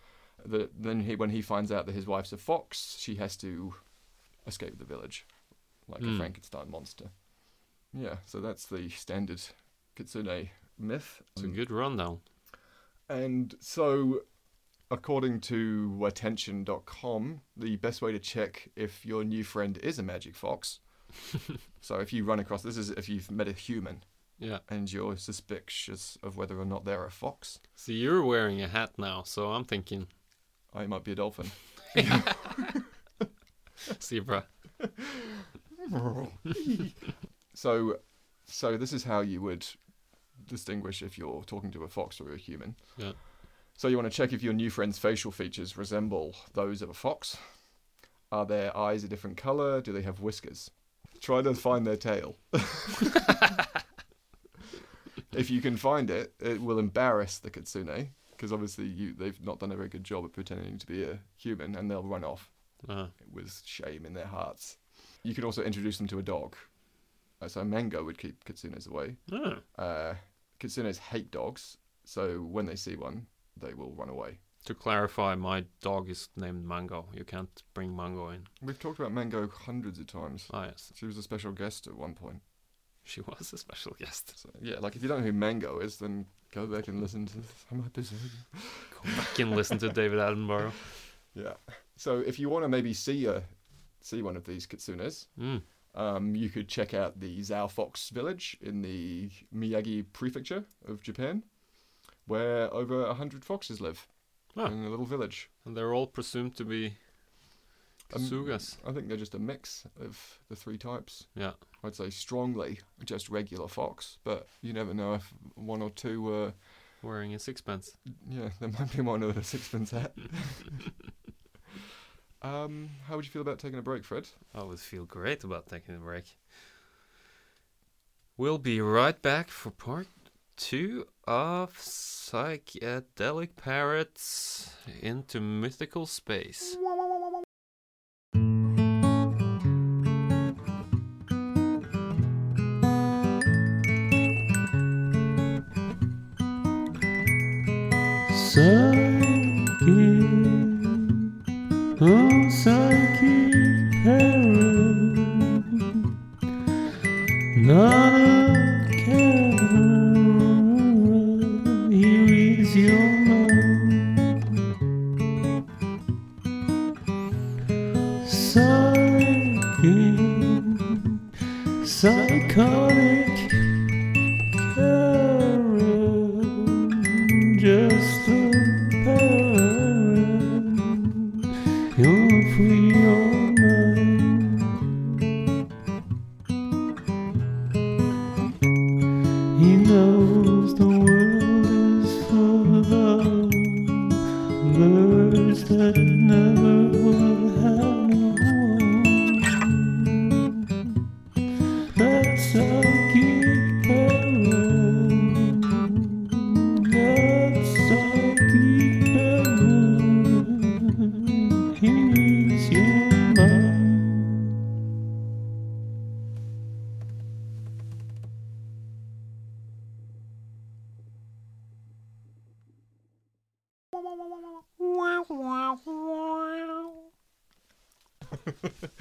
[SPEAKER 2] that then he, when he finds out that his wife's a fox, she has to escape the village, like
[SPEAKER 1] Hmm.
[SPEAKER 2] a Frankenstein monster. Yeah, so that's the standard kitsune myth.
[SPEAKER 1] It's a good rundown.
[SPEAKER 2] And so, according to attention.com, the best way to check if your new friend is a magic fox. so, if you run across this, is if you've met a human
[SPEAKER 1] Yeah.
[SPEAKER 2] and you're suspicious of whether or not they're a fox,
[SPEAKER 1] See, you're wearing a hat now, so I'm thinking
[SPEAKER 2] I might be a dolphin.
[SPEAKER 1] zebra.
[SPEAKER 2] so, so this is how you would distinguish if you're talking to a fox or a human.
[SPEAKER 1] Yeah.
[SPEAKER 2] So you want to check if your new friend's facial features resemble those of a fox. Are their eyes a different color? Do they have whiskers? Try to find their tail. if you can find it, it will embarrass the kitsune because obviously you they've not done a very good job at pretending to be a human and they'll run off
[SPEAKER 1] Uh,
[SPEAKER 2] with shame in their hearts. You can also introduce them to a dog. Uh, so Mango would keep kitsunes away.
[SPEAKER 1] oh,
[SPEAKER 2] Uh, kitsunes hate dogs, so when they see one, they will run away.
[SPEAKER 1] to clarify, my dog is named Mango. You can't bring Mango in.
[SPEAKER 2] We've talked about Mango hundreds of times.
[SPEAKER 1] Ah, yes.
[SPEAKER 2] She was a special guest at one point.
[SPEAKER 1] She was a special guest.
[SPEAKER 2] So, yeah, like if you don't know who Mango is, then go back and listen to some episode.
[SPEAKER 1] Go back and listen to David Attenborough.
[SPEAKER 2] Yeah. So if you want to maybe see a see one of these kitsunes,
[SPEAKER 1] Mm.
[SPEAKER 2] um, you could check out the Zao Fox village in the Miyagi prefecture of Japan, where over 100 foxes live
[SPEAKER 1] Ah.
[SPEAKER 2] in a little village.
[SPEAKER 1] And they're all presumed to be
[SPEAKER 2] Um,
[SPEAKER 1] Kasugas.
[SPEAKER 2] I think they're just a mix of the three types.
[SPEAKER 1] yeah.
[SPEAKER 2] I'd say strongly just regular fox, but you never know if one or two uh, were,
[SPEAKER 1] Wearing a sixpence.
[SPEAKER 2] yeah, there might be one with a sixpence hat. um, how would you feel about taking a break, Fred?
[SPEAKER 1] I would feel great about taking a break. We'll be right back for part two of Psychedelic Parrots into Mythical Space. Oh, psychic parent, not a camera. He reads your mind. Psychic, psychotic parent, just a parent. You're free of mind. He knows the world is full of birds that never would have known. That's a geek parent. That's a geek parent. He's your man.